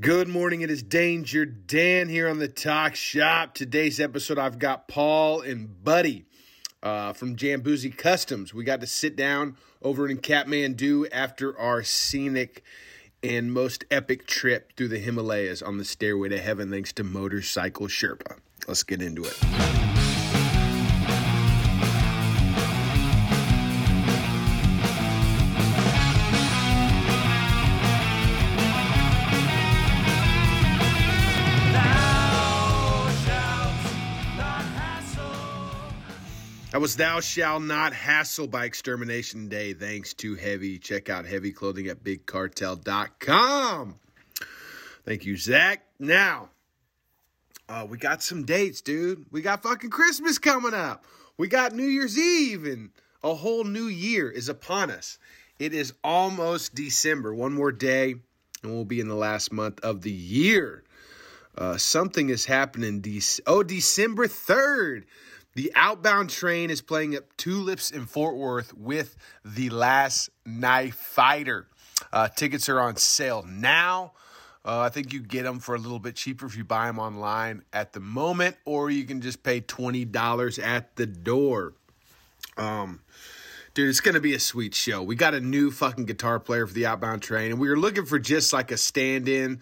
Good morning. It is Danger Dan here on the Talk Shop. Today's episode, I've got Paul and Buddy uh, from Jamboozy Customs. We got to sit down over in Kathmandu after our scenic and most epic trip through the Himalayas on the stairway to heaven, thanks to Motorcycle Sherpa. Let's get into it. That was Thou Shall Not Hassle by Extermination Day, thanks to Heavy. Check out Heavy Clothing at BigCartel.com. Thank you, Zach. Now, uh, we got some dates, dude. We got fucking Christmas coming up. We got New Year's Eve, and a whole new year is upon us. It is almost December. One more day, and we'll be in the last month of the year. Uh, something is happening. Dec- oh, December 3rd. The outbound train is playing at Tulips in Fort Worth with The Last Knife Fighter. Uh, tickets are on sale now. Uh, I think you get them for a little bit cheaper if you buy them online at the moment, or you can just pay $20 at the door. Um, Dude, it's going to be a sweet show. We got a new fucking guitar player for the Outbound Train, and we were looking for just like a stand in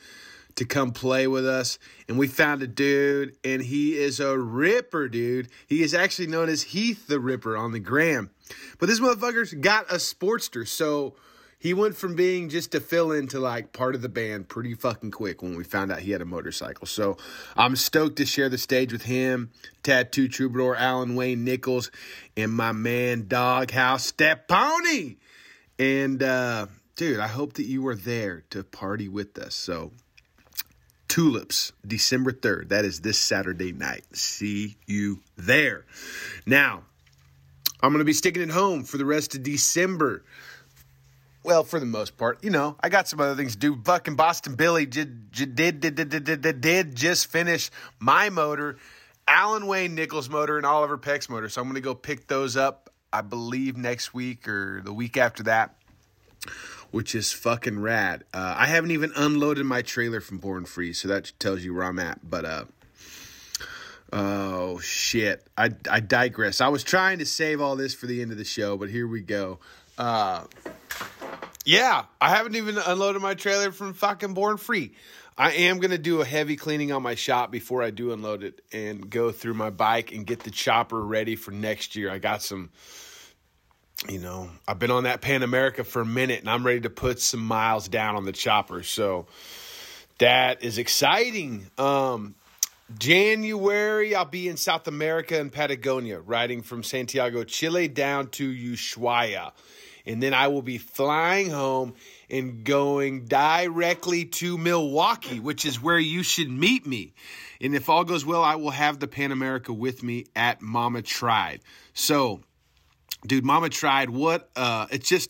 to come play with us. And we found a dude, and he is a ripper, dude. He is actually known as Heath the Ripper on the gram. But this motherfucker's got a Sportster, so he went from being just a fill in to like part of the band pretty fucking quick when we found out he had a motorcycle. So I'm stoked to share the stage with him, Tattoo Troubadour, Alan Wayne Nichols, and my man Doghouse Steponi. And uh, dude, I hope that you were there to party with us. So Tulips, December 3rd. That is this Saturday night. See you there. Now, I'm going to be sticking at home for the rest of December. Well, for the most part, you know, I got some other things to do. Buck and Boston Billy did did did did did, did, did, did just finish my motor, Alan Wayne Nichols motor, and Oliver Peck's motor. So I'm going to go pick those up. I believe next week or the week after that which is fucking rad. Uh, I haven't even unloaded my trailer from Born Free, so that tells you where I'm at. But uh, oh shit, I I digress. I was trying to save all this for the end of the show, but here we go. Uh, yeah, I haven't even unloaded my trailer from fucking Born Free. I am gonna do a heavy cleaning on my shop before I do unload it and go through my bike and get the chopper ready for next year. I got some you know, I've been on that Pan America for a minute and I'm ready to put some miles down on the chopper. So that is exciting. Um, January, I'll be in South America and Patagonia, riding from Santiago, Chile down to Ushuaia. And then I will be flying home and going directly to Milwaukee, which is where you should meet me. And if all goes well, I will have the Pan America with me at Mama Tried. So dude mama tried what uh it's just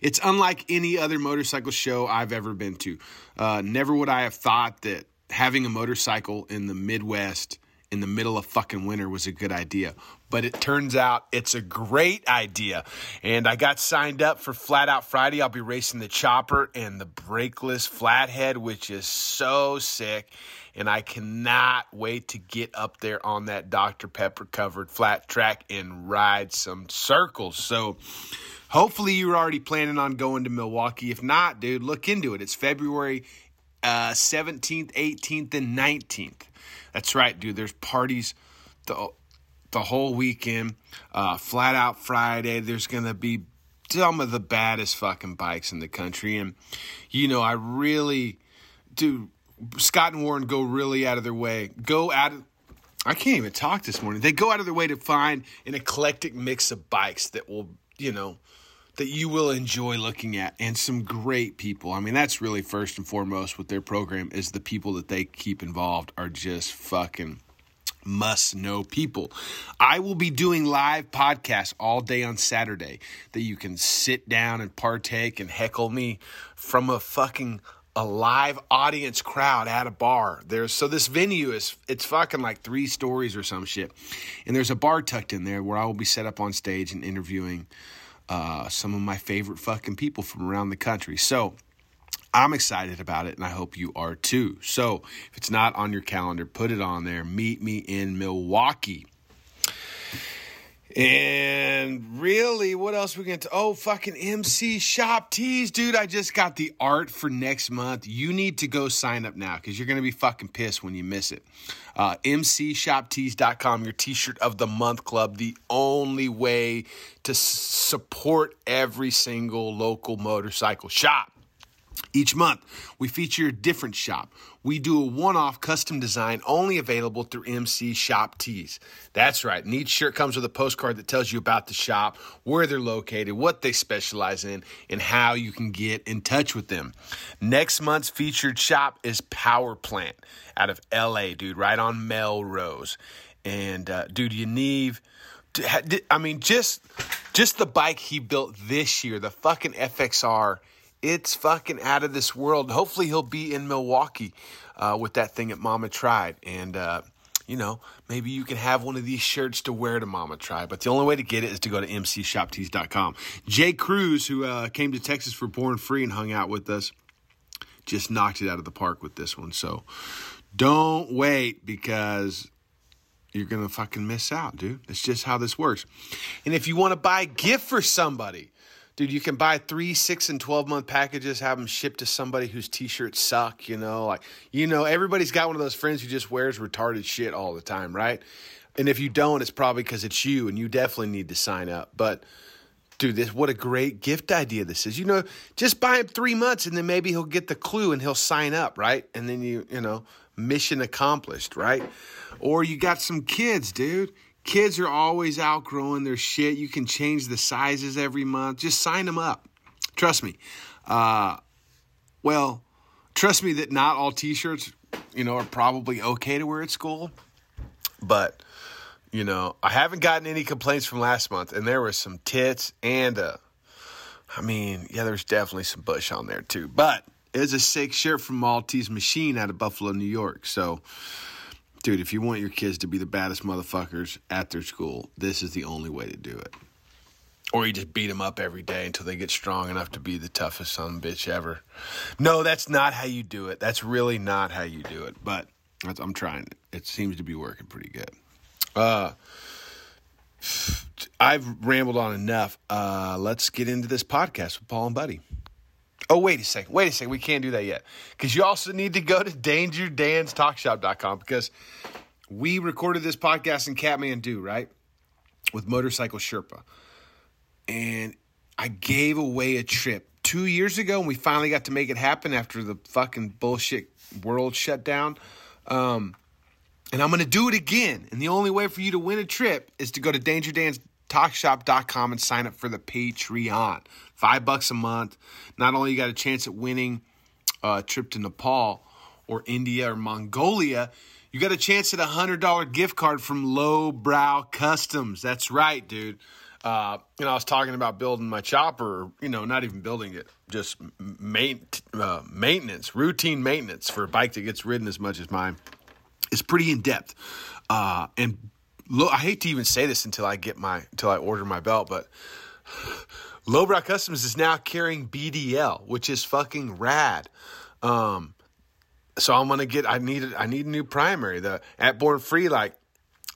it's unlike any other motorcycle show i've ever been to uh never would i have thought that having a motorcycle in the midwest in the middle of fucking winter was a good idea but it turns out it's a great idea and i got signed up for flat out friday i'll be racing the chopper and the brakeless flathead which is so sick and i cannot wait to get up there on that dr pepper covered flat track and ride some circles so hopefully you're already planning on going to milwaukee if not dude look into it it's february uh, 17th 18th and 19th that's right dude there's parties the, the whole weekend uh, flat out friday there's gonna be some of the baddest fucking bikes in the country and you know i really dude scott and warren go really out of their way go out of I can't even talk this morning. They go out of their way to find an eclectic mix of bikes that will, you know, that you will enjoy looking at and some great people. I mean, that's really first and foremost with their program is the people that they keep involved are just fucking must know people. I will be doing live podcasts all day on Saturday that you can sit down and partake and heckle me from a fucking a live audience crowd at a bar. There's so this venue is it's fucking like three stories or some shit. And there's a bar tucked in there where I will be set up on stage and interviewing uh, some of my favorite fucking people from around the country. So I'm excited about it, and I hope you are too. So, if it's not on your calendar, put it on there. Meet me in Milwaukee. And really, what else we get to? Oh, fucking MC Shop Tees, dude! I just got the art for next month. You need to go sign up now because you're gonna be fucking pissed when you miss it. Uh, MCShopTees.com, your T-shirt of the month club, the only way to s- support every single local motorcycle shop. Each month, we feature a different shop. We do a one off custom design only available through MC Shop Tees. That's right, and each shirt comes with a postcard that tells you about the shop, where they're located, what they specialize in, and how you can get in touch with them. Next month's featured shop is Power Plant out of LA, dude, right on Melrose. And, uh, dude, Yaniv. d- ha- d- I mean, just just the bike he built this year, the fucking FXR it's fucking out of this world. Hopefully, he'll be in Milwaukee uh, with that thing at Mama Tried. And, uh, you know, maybe you can have one of these shirts to wear to Mama Tried. But the only way to get it is to go to mcshoptees.com. Jay Cruz, who uh, came to Texas for Born Free and hung out with us, just knocked it out of the park with this one. So don't wait because you're gonna fucking miss out, dude. That's just how this works. And if you want to buy a gift for somebody, dude, you can buy three, six, and twelve month packages, have them shipped to somebody whose t-shirts suck. You know, like you know, everybody's got one of those friends who just wears retarded shit all the time, right? And if you don't, it's probably because it's you, and you definitely need to sign up. But Dude, this what a great gift idea this is. You know, just buy him three months and then maybe he'll get the clue and he'll sign up, right? And then you, you know, mission accomplished, right? Or you got some kids, dude. Kids are always outgrowing their shit. You can change the sizes every month. Just sign them up. Trust me. Uh, well, trust me that not all t-shirts, you know, are probably okay to wear at school, but you know, I haven't gotten any complaints from last month, and there was some tits and uh I mean, yeah, there's definitely some bush on there too. But it's a sick shirt from Maltese Machine out of Buffalo, New York. So, dude, if you want your kids to be the baddest motherfuckers at their school, this is the only way to do it. Or you just beat them up every day until they get strong enough to be the toughest son of a bitch ever. No, that's not how you do it. That's really not how you do it. But that's, I'm trying. It seems to be working pretty good. I've rambled on enough. Uh, let's get into this podcast with Paul and Buddy. Oh, wait a second. Wait a second. We can't do that yet. Because you also need to go to dangerdanstalkshop.com because we recorded this podcast in Kathmandu, right? With Motorcycle Sherpa. And I gave away a trip two years ago, and we finally got to make it happen after the fucking bullshit world shut down. And I'm going to do it again. And the only way for you to win a trip is to go to dangerdanstalkshop.com and sign up for the Patreon. Five bucks a month. Not only you got a chance at winning a trip to Nepal or India or Mongolia, you got a chance at a $100 gift card from Lowbrow Customs. That's right, dude. Uh, you know, I was talking about building my chopper, you know, not even building it, just m- main, uh, maintenance, routine maintenance for a bike that gets ridden as much as mine it's pretty in depth. Uh, and low, I hate to even say this until I get my until I order my belt, but Lowbrow Customs is now carrying BDL, which is fucking rad. Um, so I'm gonna get. I need. I need a new primary. The at Born Free, like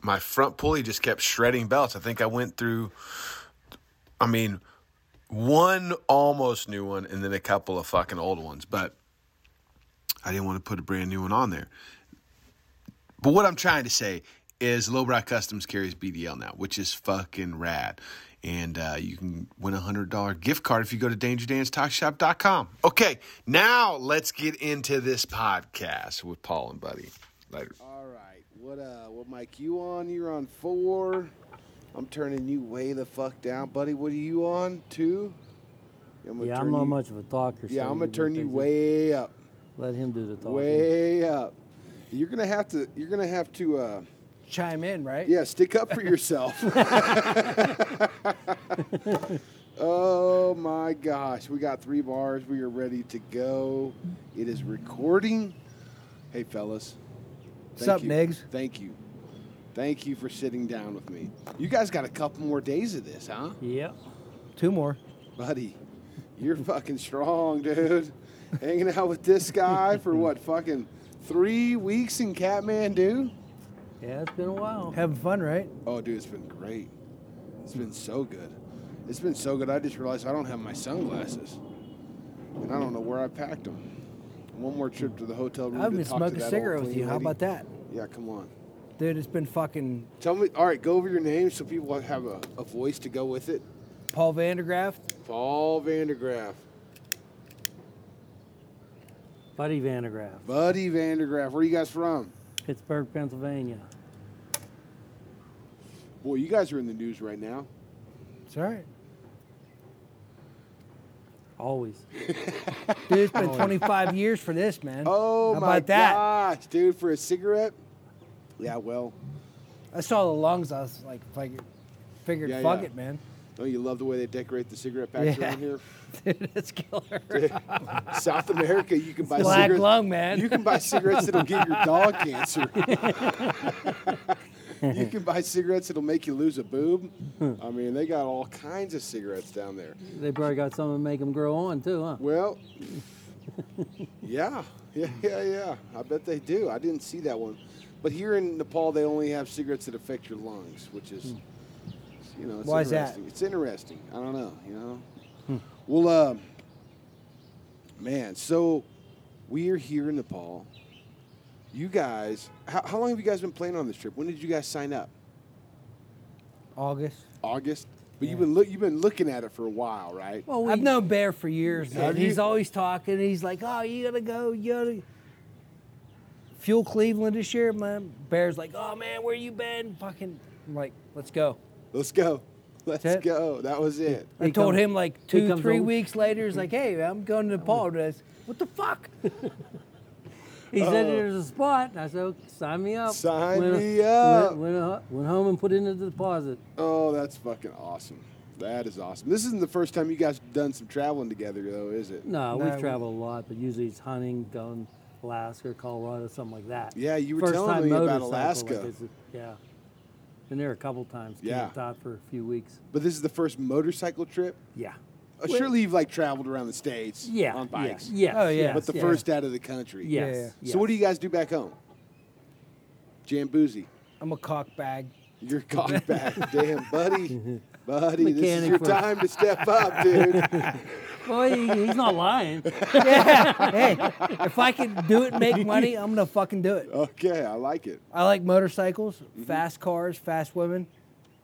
my front pulley just kept shredding belts. I think I went through. I mean, one almost new one, and then a couple of fucking old ones, but. I didn't want to put a brand new one on there. But what I'm trying to say is Lowbrow Customs carries BDL now, which is fucking rad. And uh, you can win a $100 gift card if you go to dangerdancetalkshop.com. Okay, now let's get into this podcast with Paul and Buddy. Later. All right, what uh, what Mike? You on? You're on four. I'm turning you way the fuck down, buddy. What are you on? Two. I'm gonna Yeah, turn I'm not you- much of a talker. Yeah, so I'm gonna do turn you things- way up, Let him do the talking. way up. You're gonna have to. You're gonna have to. Uh, chime in, right? yeah, stick up for yourself. oh my gosh, we got three bars. We are ready to go. It is recording. Hey, fellas. What's Thank up, you. Niggs? Thank you. Thank you for sitting down with me. You guys got a couple more days of this, huh? Yep. Two more. Buddy, you're fucking strong, dude. hanging out with this guy for what fucking three weeks in Kathmandu. Yeah, it's been a while. Having fun, right? Oh, dude, it's been great. It's been so good. It's been so good. I just realized I don't have my sunglasses, and I don't know where I packed them. One more trip to the hotel room. I've to been talk to smoking a that old cigarette with clean you. How lady. about that? Yeah, come on. Dude, it's been fucking Tell me. All right, go over your name so people have a, a voice to go with it. Paul Vandergraft, Paul Vandergraff, Buddy Vandergraff, Buddy Vandergraff. Where you guys from? Pittsburgh, Pennsylvania. Boy, you guys are in the news right now. It's all right. Always. Dude, it's been 25 years for this, man. Oh How my about that? gosh, dude, for a cigarette? Yeah, well, I saw the lungs. I was like, like figured, Yeah, fuck yeah. it, man. don't you love the way they decorate the cigarette packs Yeah. around here? Dude, it's killer. South America, you can buy Black cigarettes. lung, man. You can buy cigarettes that'll give your dog cancer. you can buy cigarettes that'll make you lose a boob. I mean, they got all kinds of cigarettes down there. They probably got something to make them grow on too, huh? Well, yeah, yeah, yeah, yeah. I bet they do. I didn't see that one, but here in Nepal, they only have cigarettes that affect your lungs, which is, you know, it's Why is that? interesting. Hmm. It's interesting. I don't know. You know. Well, uh, man. So we are here in Nepal. You guys, how, how long have you guys been planning on this trip? When did you guys sign up? August. August. But you've been look, you've been looking at it for a while, right? Well, I've known Bear for years, man. Have He's you- always talking. He's like, "Oh, you gotta go, you gotta fuel Cleveland this year." Man, Bear's like, "Oh man, where you been?" Fucking, I'm like, let's go. Let's go. Let's That's it. go. That was it. I He told comes- him like he two, comes three home. weeks later. He's like, "Hey, I'm going to Nepal." And I said, what the fuck? He said there's a spot. I said, "Okay, sign me up. Uh, Sign Went- me up. Went, went, went home and put in the deposit. Oh, that's fucking awesome. That is awesome. This isn't the first time you guys have done some traveling together, though, is it? No, No, we we- travel a lot, but usually it's hunting, going Alaska, Colorado, something like that. Yeah, you were First telling time me about motorcycle, like Alaska. this is- yeah, been there a couple times. Yeah. camped out for a few weeks. But this is the first motorcycle trip. Yeah, Uh, Surely you've like traveled around the states yeah, on bikes. Yeah, yes, Oh, yeah. But the yes, first out of the country. yes, Yeah, yeah. yes. So what do you guys do back home? Jamboozy. I'm a cock bag. You're caught back. Damn, buddy. Buddy, this is Mechanic your for- time to step up, dude. Well, he, he's not lying. Yeah. hey, if I can do it, and make money, I'm gonna fucking do it. Okay, I like it. I like motorcycles, Mm-hmm. fast cars, fast women.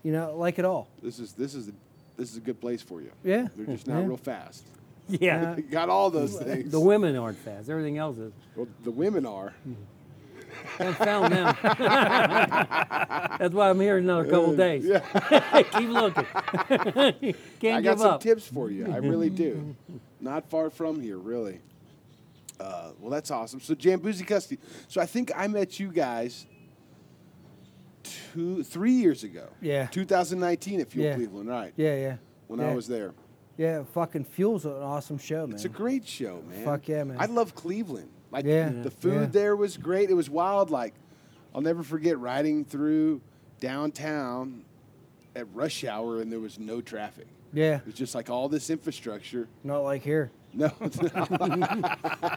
You know, I like it all. This is this is this is a good place for you. Yeah, They're just not yeah. real fast. Yeah. They got all those things. The women aren't fast. Everything else is. well, the women are. I found them. That's why I'm here another couple Uh, days. Keep looking. Can't I got give some up. tips for you. I really do. Not far from here, really. Uh, well, that's awesome. So Jamboozy Custody. So I think I met you guys two, three years ago. Yeah. 2019 at Fuel Yeah. Cleveland, right? Yeah, yeah. When yeah. I was there. Yeah, fucking Fuel's an awesome show, man. It's a great show, man. Fuck yeah, man. I love Cleveland. Like Yeah, the Yeah. food yeah. there was great. It was wild. Like I'll never forget riding through downtown at rush hour and there was no traffic. yeah, It was just like all this infrastructure. not like here. No,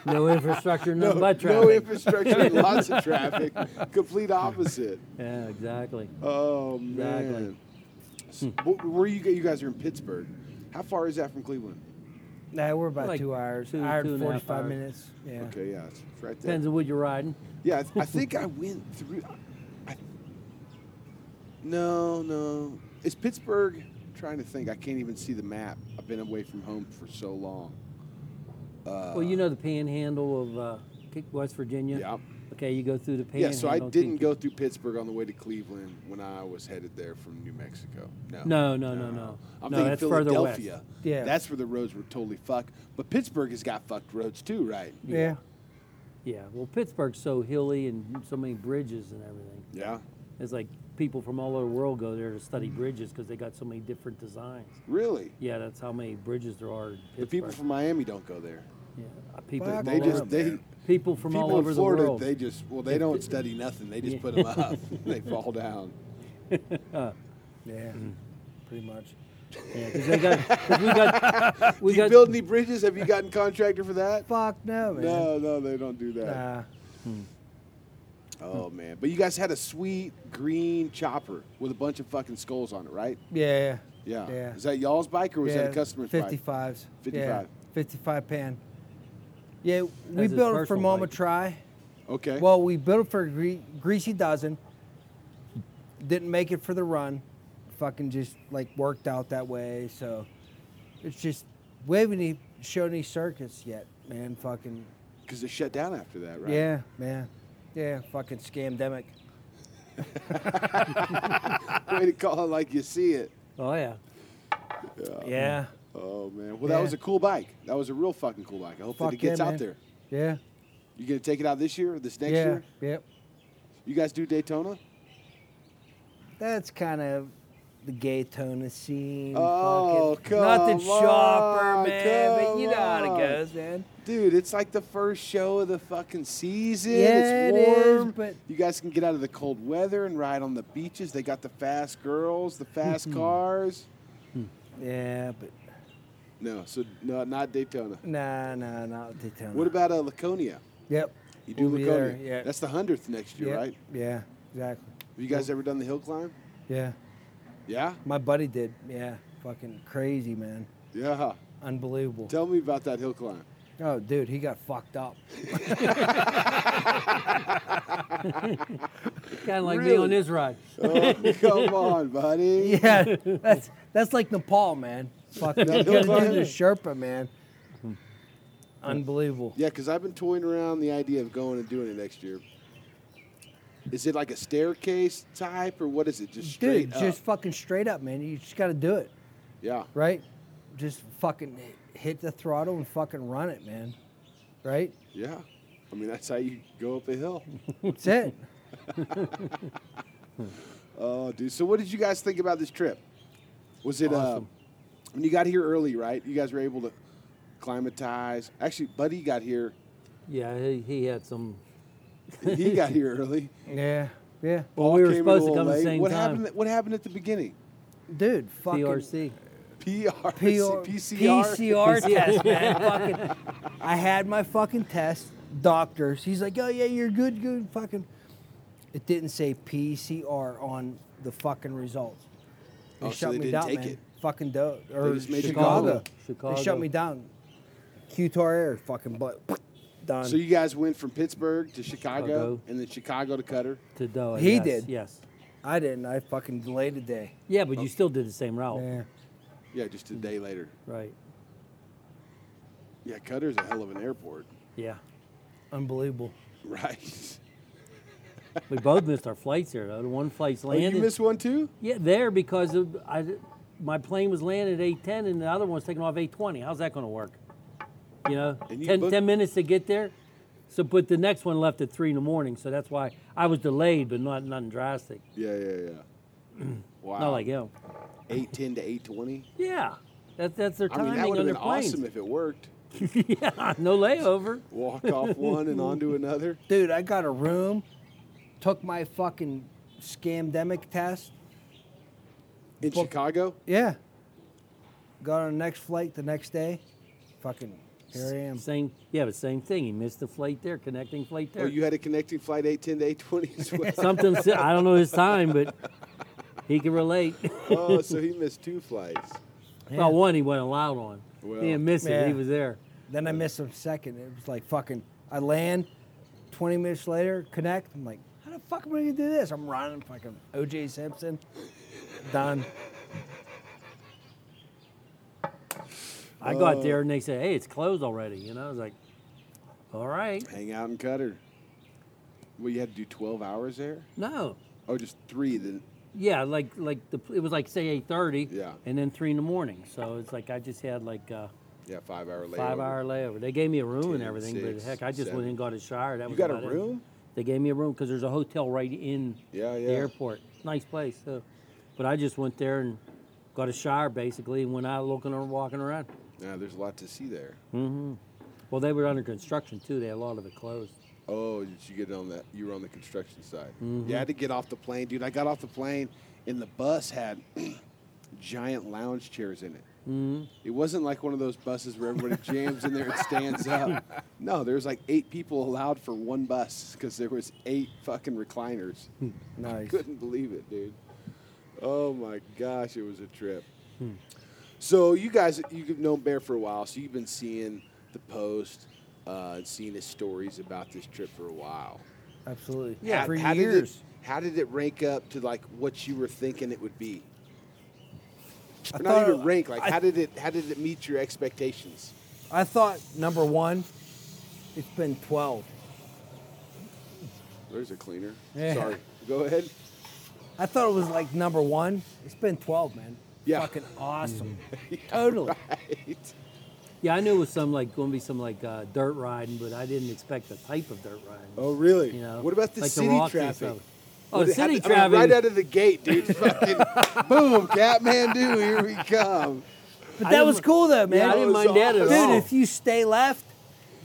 No infrastructure, no, no, butt traffic. no infrastructure, lots of traffic. Complete opposite. yeah, exactly. Oh Exactly. Hmm. man. S- wh- Where you g- you guys are in Pittsburgh? How far is that from Cleveland? Nah, we're about Like two hours, two- hour two and and a half forty-five hours. minutes. Yeah. Okay, yeah, it's it's right there. Depends on what you're riding. Yeah, I, th- I think I went through. I, no, no. Is Pittsburgh? I'm trying to think. I can't even see the map. I've been away from home for so long. Uh, well, you know the panhandle of uh, K- West Virginia. Yeah. Okay, you go through the panhandle. yeah, so I can't didn't get- go through Pittsburgh on the way to Cleveland when I was headed there from New Mexico. No. No, no, no, no. I'm No, thinking that's further west. Philadelphia. Yeah. That's where the roads were totally fucked. But Pittsburgh has got fucked roads too, right? Yeah. Yeah. Well, Pittsburgh's so hilly and so many bridges and everything. Yeah. It's like people from all over the world go there to study bridges because they got so many different designs. Really? Yeah, that's how many bridges there are. In The people Pittsburgh. from Miami don't go there. yeah, uh, people Fuck from They all just over, they people from all People over in Florida, the world. they just well, they don't study nothing. They just put 'em put them up. they fall down. Mm-hmm. Yeah. Pretty much. Yeah, 'cause they got, 'cause we got, we do you got. build any bridges? Have you gotten contractor for that? Fuck no, man. No, no, they don't do that. Nah. Oh man! But you guys had a sweet green chopper with a bunch of fucking skulls on it, right? yeah. Yeah. Yeah. Is that y'all's bike or was yeah, that a customer's bike? 55s. Yeah, 55. 55 pan. Yeah, we his built it for personal Mama bike. Try. Okay. Well, we built it for Gre- Greasy Dozen. Didn't make it for the run. Fucking just like worked out that way. So it's just we haven't even shown any circuits yet, man. Fucking because it shut down after that, right? yeah, man. Yeah, fucking scamdemic. Way to call it like you see it. Oh yeah. Yeah, Oh man! Well, that Yeah. was a cool bike. That was a real fucking cool bike. I hope that Fuck it gets yeah, out man. there. yeah, You gonna take it out this year or this next yeah, year? yep. You guys do Daytona? That's kind of the gay tone scene. Oh, fucking. Not the come on, chopper, man, but come you know how on. it goes, man. Dude, it's like the first show of the fucking season. Yeah, it's it is, warm. but- you guys can get out of the cold weather and ride on the beaches. They got the fast girls, the fast Mm-hmm. cars. Yeah, but No, so no, not Daytona. nah, nah, not the tone. What about uh, Laconia? Yep. You do We'll be Laconia. there, yeah. That's the hundredth next year, yeah. right? Yeah, exactly. Have you guys ever done the hill climb? Yeah. Yeah, My buddy did. Yeah. Fucking crazy, man. yeah. Unbelievable. Tell me about that hill climb. Oh, dude, he got fucked up. Kind of like me Really? on his ride. Oh, come on, buddy. Yeah, that's that's like Nepal, man. Fucking you gotta do the Sherpa, man. Unbelievable. Yeah, because I've been toying around the idea of going and doing it next year. Is it like a staircase type, or what is it? Just straight Dude, up? just fucking straight up, man. You just gotta do it, yeah. right? Just fucking hit the throttle and fucking run it, man. Right? Yeah. I mean, that's how you go up a hill. That's it. Oh, dude. So, what did you guys think about this trip? Was it uh, when you got here early, right? You guys were able to climatize. Actually, Buddy got here. Yeah, he, he had some. He got here early. Yeah. Yeah. Well, we were Came in a supposed to E little come at the late. same what time. Happened, what happened at the beginning? Dude, fucking PRC. PR, PR, PCR. PCR test, man. fucking, I had my fucking test. Doctors, he's like, oh yeah, you're good, good. Fucking, it didn't say PCR on the fucking results. They Oh, so shut they me didn't down, take man. it. Fucking dope. Or just made you go Chicago. home. They Chicago. shut me down. Qatar Air, fucking butt. Done. So you guys went from Pittsburgh to Chicago, Chicago. and then Chicago to Cutter. To Doha. He yes, did. Yes. I didn't. I fucking delayed a day. Yeah, but you still did the same route. Man. Yeah, just a day later. Right. Yeah, Cutter's a hell of an airport, Yeah. Unbelievable. right? We both missed our flights here. though. The one flight's Oh, you landed. missed one too? yeah, there because of, I, my plane was landing at eight ten, and the other one's taking off eight twenty. How's that going to work? You know, And you 10, booked- 10 minutes to get there. So, but the next one left at three in the morning, so that's why I was delayed, but not nothing drastic. Yeah, yeah, yeah. Wow. Not like him. eight ten to eight twenty. Yeah, that, that's their I mean, timing that would on have their been planes. awesome if it worked. yeah, no layover. Walk off one and onto another. Dude, I got a room, took my fucking scamdemic test. In Well- Chicago, Yeah. Got on the next flight the next day. Fucking here I am. Same, yeah, but same thing. He missed the flight there, connecting flight oh, there. you had a connecting flight eight ten to eight twenty as well. Something si- I don't know his time, but he can relate. oh, so he missed two flights. Well, one he wasn't allowed on. Well. he didn't miss it. Yeah. He was there. Then I missed a second. It was like fucking I land, twenty minutes later, connect. I'm like, how the fuck am I gonna do this? I'm running fucking OJ Simpson. Done. I got Oh. there and they said, "Hey, it's closed already." You know, I was like, "All right, Hang out in Cutter. Well, you had to do twelve hours there. no." Oh, just three. Then Yeah, like like the it was like say eight thirty. Yeah. And then three in the morning. So it's like I just had like uh, a yeah, five hour later. five hour layover. They gave me a room and Ten, everything, six, but heck, I just seven. went and got a shower. That You was got a about it. room? They gave me a room because there's a hotel right in Yeah, yeah. the airport. Nice place. So, but I just went there and got a shower basically and went out looking or walking around. Yeah, there's a lot to see there. Well, they were under construction too. They had a lot of it closed. Oh, did you get on that? You were on the construction side. Yeah, I had to get off the plane, dude. I got off the plane, and the bus had giant lounge chairs in it. It wasn't like one of those buses where everybody jams in there and stands up. No, there was like eight people allowed for one bus because there was eight fucking recliners. Nice. Couldn't believe it, dude. Oh my gosh, it was a trip. Hmm. So you guys, you've known Bear for a while, so you've been seeing the post uh, and seeing his stories about this trip for a while. Absolutely. How- For how years. Did it, how did it rank up to like what you were thinking it would be? I Or not thought- even rank. Like I- how did it? How did it meet your expectations? I thought number one, it's been 12. There's a cleaner. Yeah. Sorry. Go ahead. I thought it was like number one. It's been 12, man. Yeah. Fucking awesome. totally. Right. Yeah, I knew it was some like going to be some like uh, dirt riding, but I didn't expect the type of dirt riding. Oh really? You know, what about the like city rockiness traffic? of it. Oh, What the it- how city did- I mean, traffic. right out of the gate, dude. Fucking boom, Kathmandu. Here we come. But I that didn't- was cool though, yeah, man. I didn't was mind that at awesome. all. Dude, if you stay left,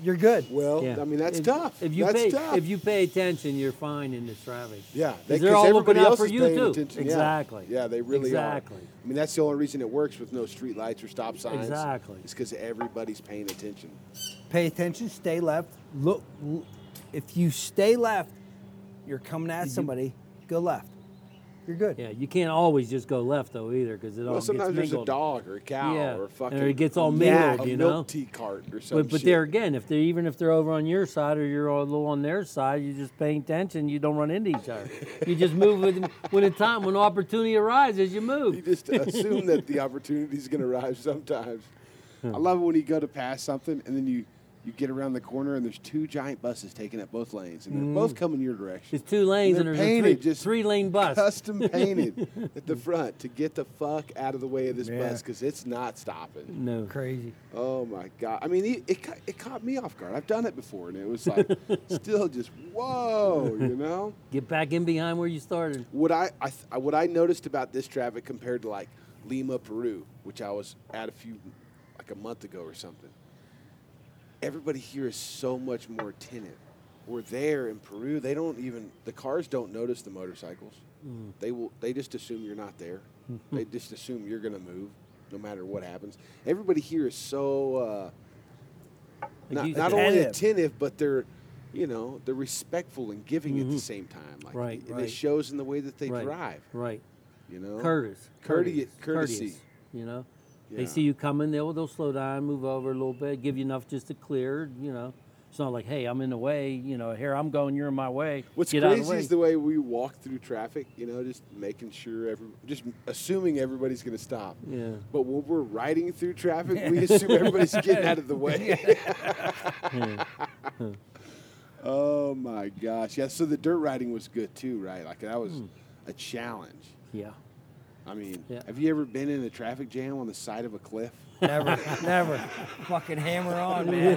you're good. Well, Yeah. Oh, I mean that's If- tough. If you that's pay, tough. if you pay attention, you're fine in this traffic. Yeah, because they- they're all looking everybody out else for is you paying too. attention. Yeah. Exactly. Yeah, they really exactly. are. I mean, that's the only reason it works with no street lights or stop signs. Exactly. It's because everybody's paying attention. Pay attention, stay left. Look, l- if you stay left, you're coming at somebody, go left. You're good. Yeah, you can't always just go left though either because it all Well, sometimes gets there's a mingled. dog or a cow Yeah, or a and fucking. it gets all a mingled, milk- you a know? milk tea cart or something. but but there again, if they're even if they're over on your side or you're a little on their side, you're just paying attention. You don't run into each other. You just move with when a time when opportunity arises, you move. You just assume that the opportunity's going to arrive sometimes. Hmm. I love it when you go to pass something and then you you get around the corner and there's two giant buses taking up both lanes and they're both coming your direction. Hmm. It's two lanes They're and there's a painted, three, just three lane bus. Custom painted at the front to get the fuck out of the way of this Yeah. bus because it's not stopping. No. Crazy. Oh my god! I mean, it, it ca- it caught me off guard. I've done it before, and it was like, still just whoa, you know. Get back in behind where you started. What I, I th- I- what I noticed about this traffic compared to like Lima, Peru, which I was at a few like a month ago or something. Everybody here is so much more attentive. We're there in Peru. They don't even the cars don't notice the motorcycles. Hmm. They will. They just assume you're not there. they just assume you're gonna move, no matter what happens. Everybody here is so. Uh, not, you- not only Attentive. attentive, but they're, you know, they're respectful and giving at the same time. Like, Mm-hmm. Right, and right. It shows in the way that they right. drive. Right. You know, Courteous. Oh, Courteous- Courteous, courtesy. You know, Yeah. they see you coming, they'll they'll slow down, move over a little bit, give you enough just to clear. You know, it's not like hey, I'm in the way. You know, here I'm going, you're in my way. What's Get out crazy of the way. is the way we walk through traffic. You know, just making sure every, just assuming everybody's going to stop. Yeah. But when we're riding through traffic, we assume everybody's getting out of the way. oh my gosh! Yeah. So the dirt riding was good too, right? Like that was a challenge. yeah. I mean, Hmm. Yeah. have you ever been in a traffic jam on the side of a cliff? Never, never. Fucking hammer on, man.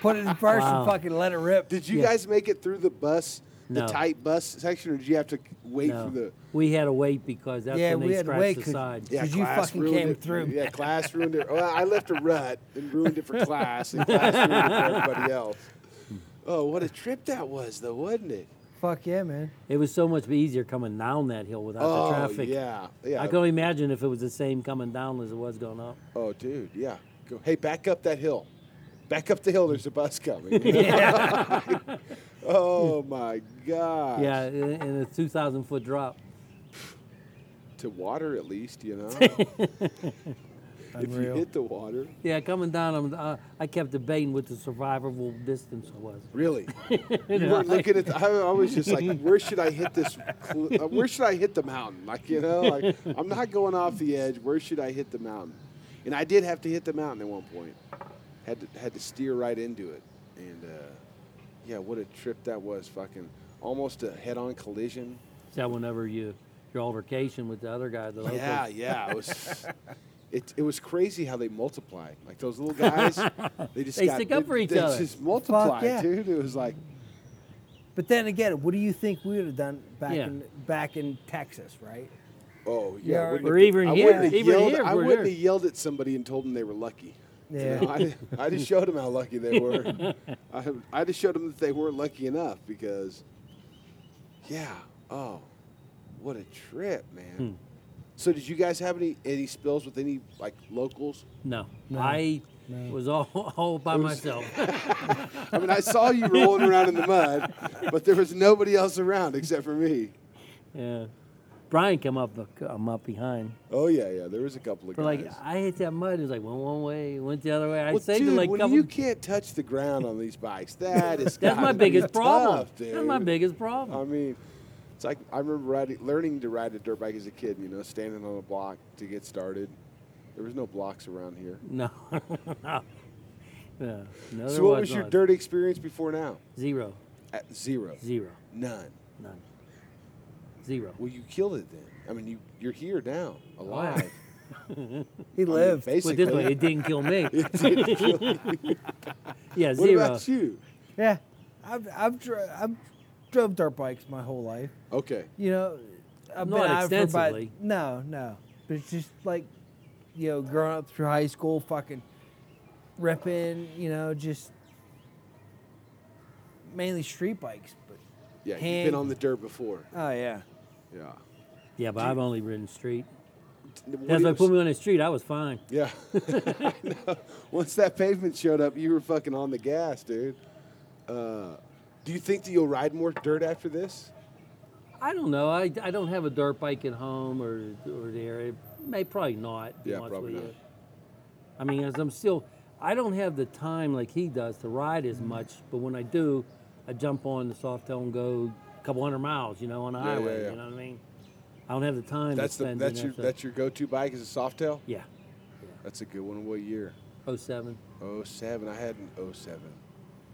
Put it in first Wow. and fucking let it rip. Did you Yeah. guys make it through the bus, the No. tight bus section, or did you have to wait No. for the? we had to wait because that's Yeah, when we they had to scratched wait the 'cause- side. Yeah. 'Cause you fucking ruined came it. through. Yeah, class ruined it. Well, I left a rut and ruined it for class, and class ruined it for everybody else. Oh, what a trip that was, though, wasn't it? Fuck yeah, man. It was so much easier coming down that hill without oh, the traffic. yeah, yeah. I can only imagine if it was the same coming down as it was going up. oh, dude, yeah. Go, hey, back up that hill. Back up the hill. There's a bus coming. oh my god. Yeah, in in a 2,000 foot drop. To water, at least, you know. if you Unreal. hit the water. Yeah, coming down, I'm, uh, I kept debating what the survivable distance was. Really? you weren't looking at. The, I, I was just like, where should I hit this? Cl- uh, where should I hit the mountain? Like you know, like I'm not going off the edge. Where should I hit the mountain? And I did have to hit the mountain at one point. Had to had to steer right into it. And uh, yeah, what a trip that was. Fucking almost a head-on collision. Is that whenever you your altercation with the other guy? The local, Yeah, yeah. It was. It, it was crazy how they multiplied. Like those little guys, they just They got- stick up for each they other. just multiplied, yeah. dude. It was like But then again, what do you think we would have done back Yeah. in back in Texas, right? Oh Yeah, yeah, I or- wouldn't or have- even I here- wouldn't have even yelled, here if I we're wouldn't there. have yelled at somebody and told them they were lucky. You Yeah. know, I, I just showed them how lucky they were. I, I just showed them that they weren't lucky enough because, yeah, oh, what a trip, man. So did you guys have any any spills with any like locals? No, I was all, all by myself. I mean, I saw you rolling around in the mud, but there was nobody else around except for me. yeah, Brian come up, come up behind. Oh yeah, yeah. There was a couple of But guys. like I hit that mud. It was like went one way, went the other way. I well, saved dude, it like a when couple. you can't touch the ground on these bikes, that is That's my gotta be biggest problem. tough, dude. That's my biggest I problem. mean, it's like I remember riding, learning to ride a dirt bike as a kid. You know, standing on a block to get started. There was no blocks around here. no. no. No. there so, what was your not. dirt experience before now? Zero. At zero, Zero. none. None. Zero. Well, you killed it then. I mean, you you're here now, yeah. alive. He I mean, lived. Put it basically. this way, it didn't kill me. yeah, what zero. about you? yeah, I've I've, dri- I've drove dirt bikes my whole life. Okay, You know, I've Not been out for about- extensively. no, no, but it's just like, you know, growing up through high school, fucking ripping. You know, just mainly street bikes. But yeah, you've Hand- been on the dirt before. oh yeah, Yeah. Yeah, but I've only ridden street. What That's do why you- put me on the street. I was fine. Yeah. I know. Once that pavement showed up, you were fucking on the gas, dude. Uh, do you think that you'll ride more dirt after this? I don't know. I, I don't have a dirt bike at home or or there. It may probably not. to be Yeah, honest probably with not. you. I mean, as I'm still, I don't have the time like he does to ride as much. But when I do, I jump on the softail and go a couple hundred miles. You know, on the yeah, highway. yeah. You know what I mean? I don't have the time. That's to the spend that's in your that stuff. that's your go-to bike is a softail. yeah. That's a good one. What year? 07. 07. I had an 07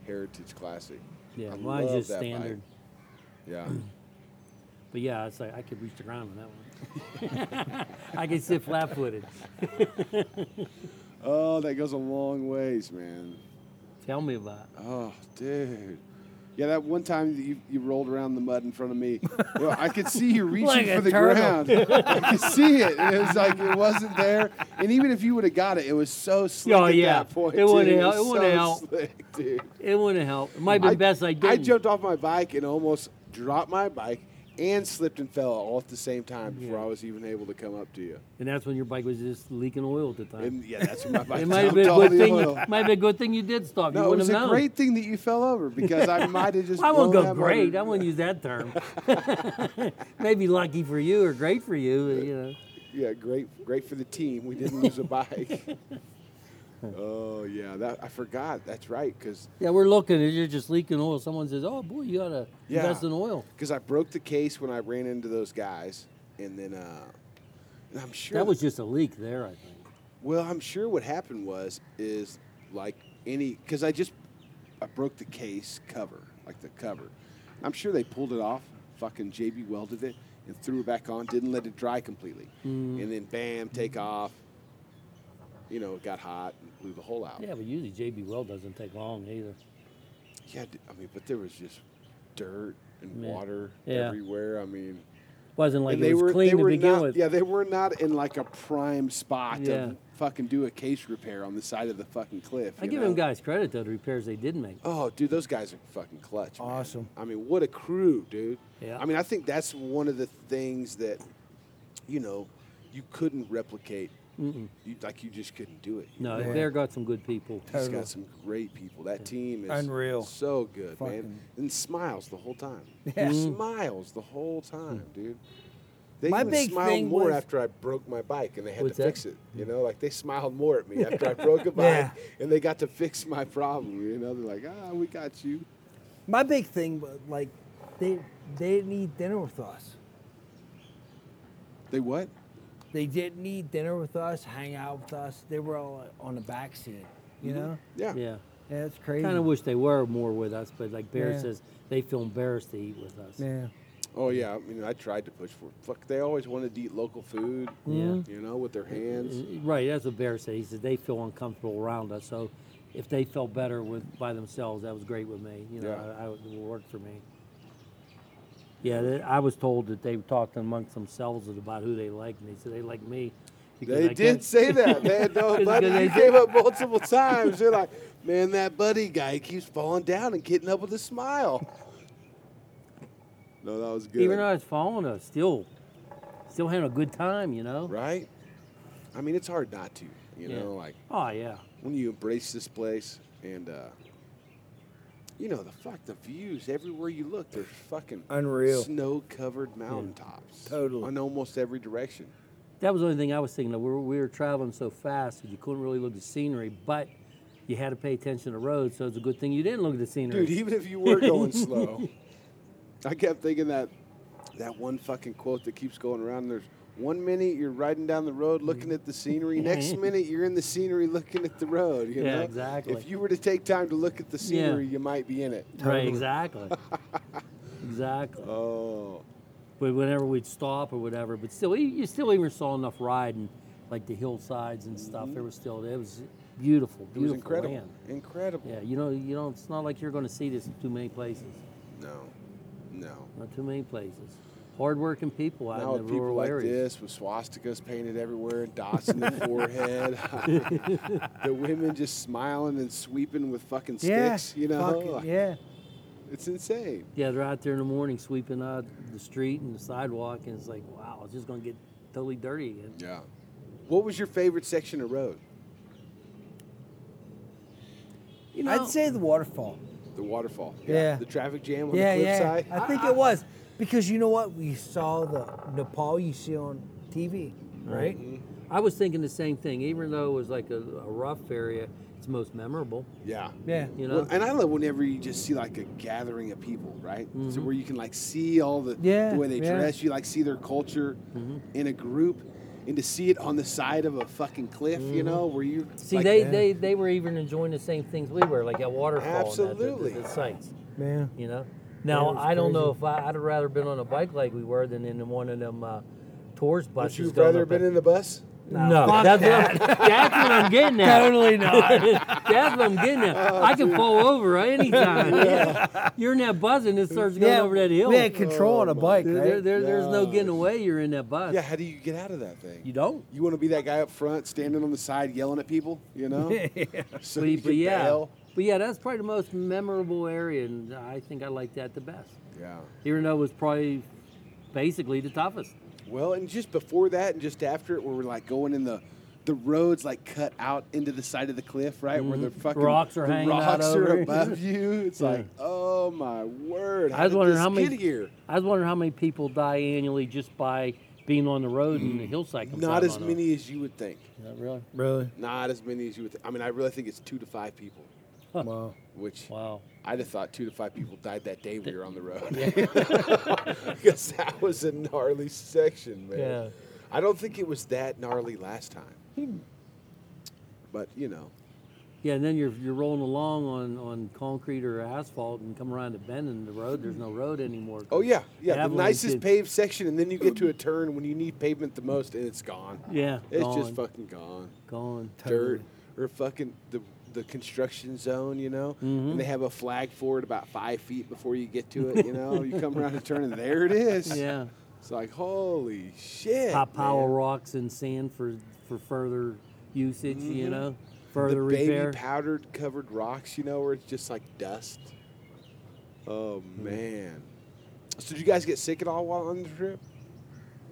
Heritage Classic. Yeah, I mine's love just that bike. standard. Yeah. But yeah, it's like I could reach the ground on that one. I could sit flat-footed. oh, that goes a long ways, man. Tell me about it. Oh, dude. Yeah, that one time that you, you rolled around the mud in front of me, well, I could see you reaching Like a for the turtle. ground. I could see it. And it was like it wasn't there. And even if you would have got it, it was so slick Oh, at yeah. that point. It dude. wouldn't was help. It so wouldn't help. Slick, dude. It wouldn't help. It might have been best I did. I jumped off my bike and almost dropped my bike and slipped and fell all at the same time before Yeah. I was even able to come up to you. and that's when your bike was just leaking oil at the time. And yeah, that's when my bike it might jumped have been a all good the thing. oil. Might have been a good thing you did stop. No, you it wouldn't was have a known. great thing that you fell over because I might have just. I won't blown go that great. I motor- won't use that term. Maybe lucky for you or great for you. You know. Yeah, great, great for the team. We didn't lose a bike. oh yeah, that I forgot. That's right, because Yeah, we're looking. and You're just leaking oil. Someone says, "Oh boy, you gotta Yeah. invest in oil." I broke the case when I ran into those guys, and then uh, and I'm sure That was just a leak there, I think. well, I'm sure what happened was is like any because I just I broke the case cover, like the cover. I'm sure they pulled it off. Fucking JB welded it and threw it back on. Didn't let it dry completely, Hmm. and then bam, take off. You know, it got hot and blew the hole out. Yeah, but usually JB Weld doesn't take long either. Yeah, d- I mean, but there was just dirt and Yeah. water Yeah. everywhere. I mean, Wasn't like and it was clean to begin not, with. yeah, they were not in like a prime spot Yeah. to fucking do a case repair on the side of the fucking cliff. I you give know? them guys credit though, the repairs they did make. Oh, dude, those guys are fucking clutch. man. Awesome. I mean, what a crew, dude. Yeah. I mean, I think that's one of the things that, you know, you couldn't replicate. You, like you just couldn't do it. No, there got some good people. He's Total. got some great people. That team is Unreal. So good, man. Fucking- And smiles the whole time. Yeah. Mm. Smiles the whole time, dude. They My even big smiled thing more was- after I broke my bike and they had What's to that? fix it. You know, like they smiled more at me after I broke a bike Yeah. and they got to fix my problem. You know, they're like, ah, we got you. my big thing, was, like, they they didn't eat dinner with us. They what? They didn't eat dinner with us, hang out with us. They were all on the back seat, you know. Yeah. Yeah. Yeah, that's crazy. Kind of wish they were more with us, but like Barrett Yeah. says, they feel embarrassed to eat with us. Yeah. Oh yeah. I mean, I tried to push for. Fuck, they always wanted to eat local food. Yeah. You know, with their hands. Right, that's what Barrett said. He said they feel uncomfortable around us. So if they felt better with by themselves, that was great with me. You know, Yeah. I, I, it worked for me. Yeah, they, I was told that they talked amongst themselves about who they liked, and they said they like me. because They I did can't- say that. They had no Because buddy. they He gave up multiple times. They're like, man, that buddy guy keeps falling down and getting up with a smile. No, that was good. Even though it's following us, still, still having a good time, you know? right? I mean, it's hard not to, you Yeah. know, like Oh, yeah. when you embrace this place and, uh, you know, the fuck, the views everywhere you look, there's fucking Unreal. snow covered mountaintops. Totally. On almost every direction. That was the only thing I was thinking of. We were, we were traveling so fast that you couldn't really look at scenery, but you had to pay attention to the road, so it's a good thing you didn't look at the scenery. Dude, even if you were going slow, I kept thinking that that one fucking quote that keeps going around. There's one minute you're riding down the road Mm-hmm. looking at the scenery. Next minute you're in the scenery looking at the road. You Yeah, know? exactly. If you were to take time to look at the Yeah. scenery, you might be in it. Right, exactly. exactly. Oh, But whenever we'd stop or whatever, but still, e, you- you still even saw enough riding, like the hillsides and stuff. There was still, it was beautiful, Mm-hmm. it was beautiful incredible. land. Incredible. Yeah, you know, you know, it's not like you're going to see this in too many places. No, no. Not too many places. Hardworking people out Now in with the people rural like areas. this with swastikas painted everywhere and dots in the forehead, the women just smiling and sweeping with fucking Yeah. sticks. You know, fucking- yeah. it's insane. Yeah, they're out there in the morning sweeping out the street and the sidewalk, and it's like, wow, it's just going to get totally dirty again. Yeah. What was your favorite section of road? You know, I'd say the waterfall. The waterfall. Yeah. The traffic jam on yeah, the yeah. cliffside. I think it was because you know what we saw the Nepal you see on TV, right? Mm-hmm. I was thinking the same thing. Even though it was like a, a rough area, it's most memorable. Yeah. Yeah. You know, Well, and I love whenever you just see like a gathering of people, right? So where you can like see all the, Mm-hmm. Yeah, the way they yeah. Mm-hmm. dress, you like see their culture in a group, and to see it on the side of a fucking cliff, you Mm-hmm. know, where you see, like, they, they they were even enjoying the same things we were, like at waterfall. and that, the- Absolutely. the, the sights. Man. You know. Now was I don't know crazy. if I, I'd have rather been on a bike like we were than in one of them uh, tours Would buses. you going rather up been at- in the bus? No, that's, What I'm, that's what I'm getting at. Totally not. that's what I'm getting at. I can fall over at any time. You're in that bus and it starts going over that hill. We had control on a bike, There- right? Oh, there- there- There's no getting Gosh. away. You're in that bus. Yeah. How do you get out of that thing? You don't. You want to be that guy up front, standing on the side, yelling at people, you know? so But, you but can yeah, bail. but yeah, that's probably the most memorable area, and I think I like that the best. Yeah. Even though it was probably basically the toughest. Well, and just before that and just after it, where we're like going in the the roads like cut out into the side of the cliff, right? Where the fucking Mm-hmm. Rocks are the hanging out rocks are over. above you. It's Yeah. like, oh my word! How I was did wondering this how many. get here? I was wondering how many people die annually just by being on the road and the hillside. comes Not out as on many as you would think. Them. Not really. Really? Not as many as you would. think. I mean, I really think it's two to five people, Wow. which Wow. I'd have thought two to five people died that day we were on the road. Because that was a gnarly section, man. Yeah. I don't think it was that gnarly last time. But you know, Yeah, and then you're you're rolling along on, on concrete or asphalt and come around a bend in the road. There's no road anymore. Oh yeah, yeah. the Avalanche nicest did- paved section, and then you get to a turn when you need pavement the most, and it's gone. Yeah, it's just gone. fucking gone. Gone. Dirt or fucking the the construction zone, you know, Mm-hmm. and they have a flag for it about five feet before you get to it. You know, you come around a turn, and there it is. Yeah. it's like holy shit. Pop pile man. rocks and sand for for further usage. You know, Mm-hmm. The further baby repair. powdered covered rocks, you know, where it's just like dust. Oh Hmm. man. So did you guys get sick at all while on the trip?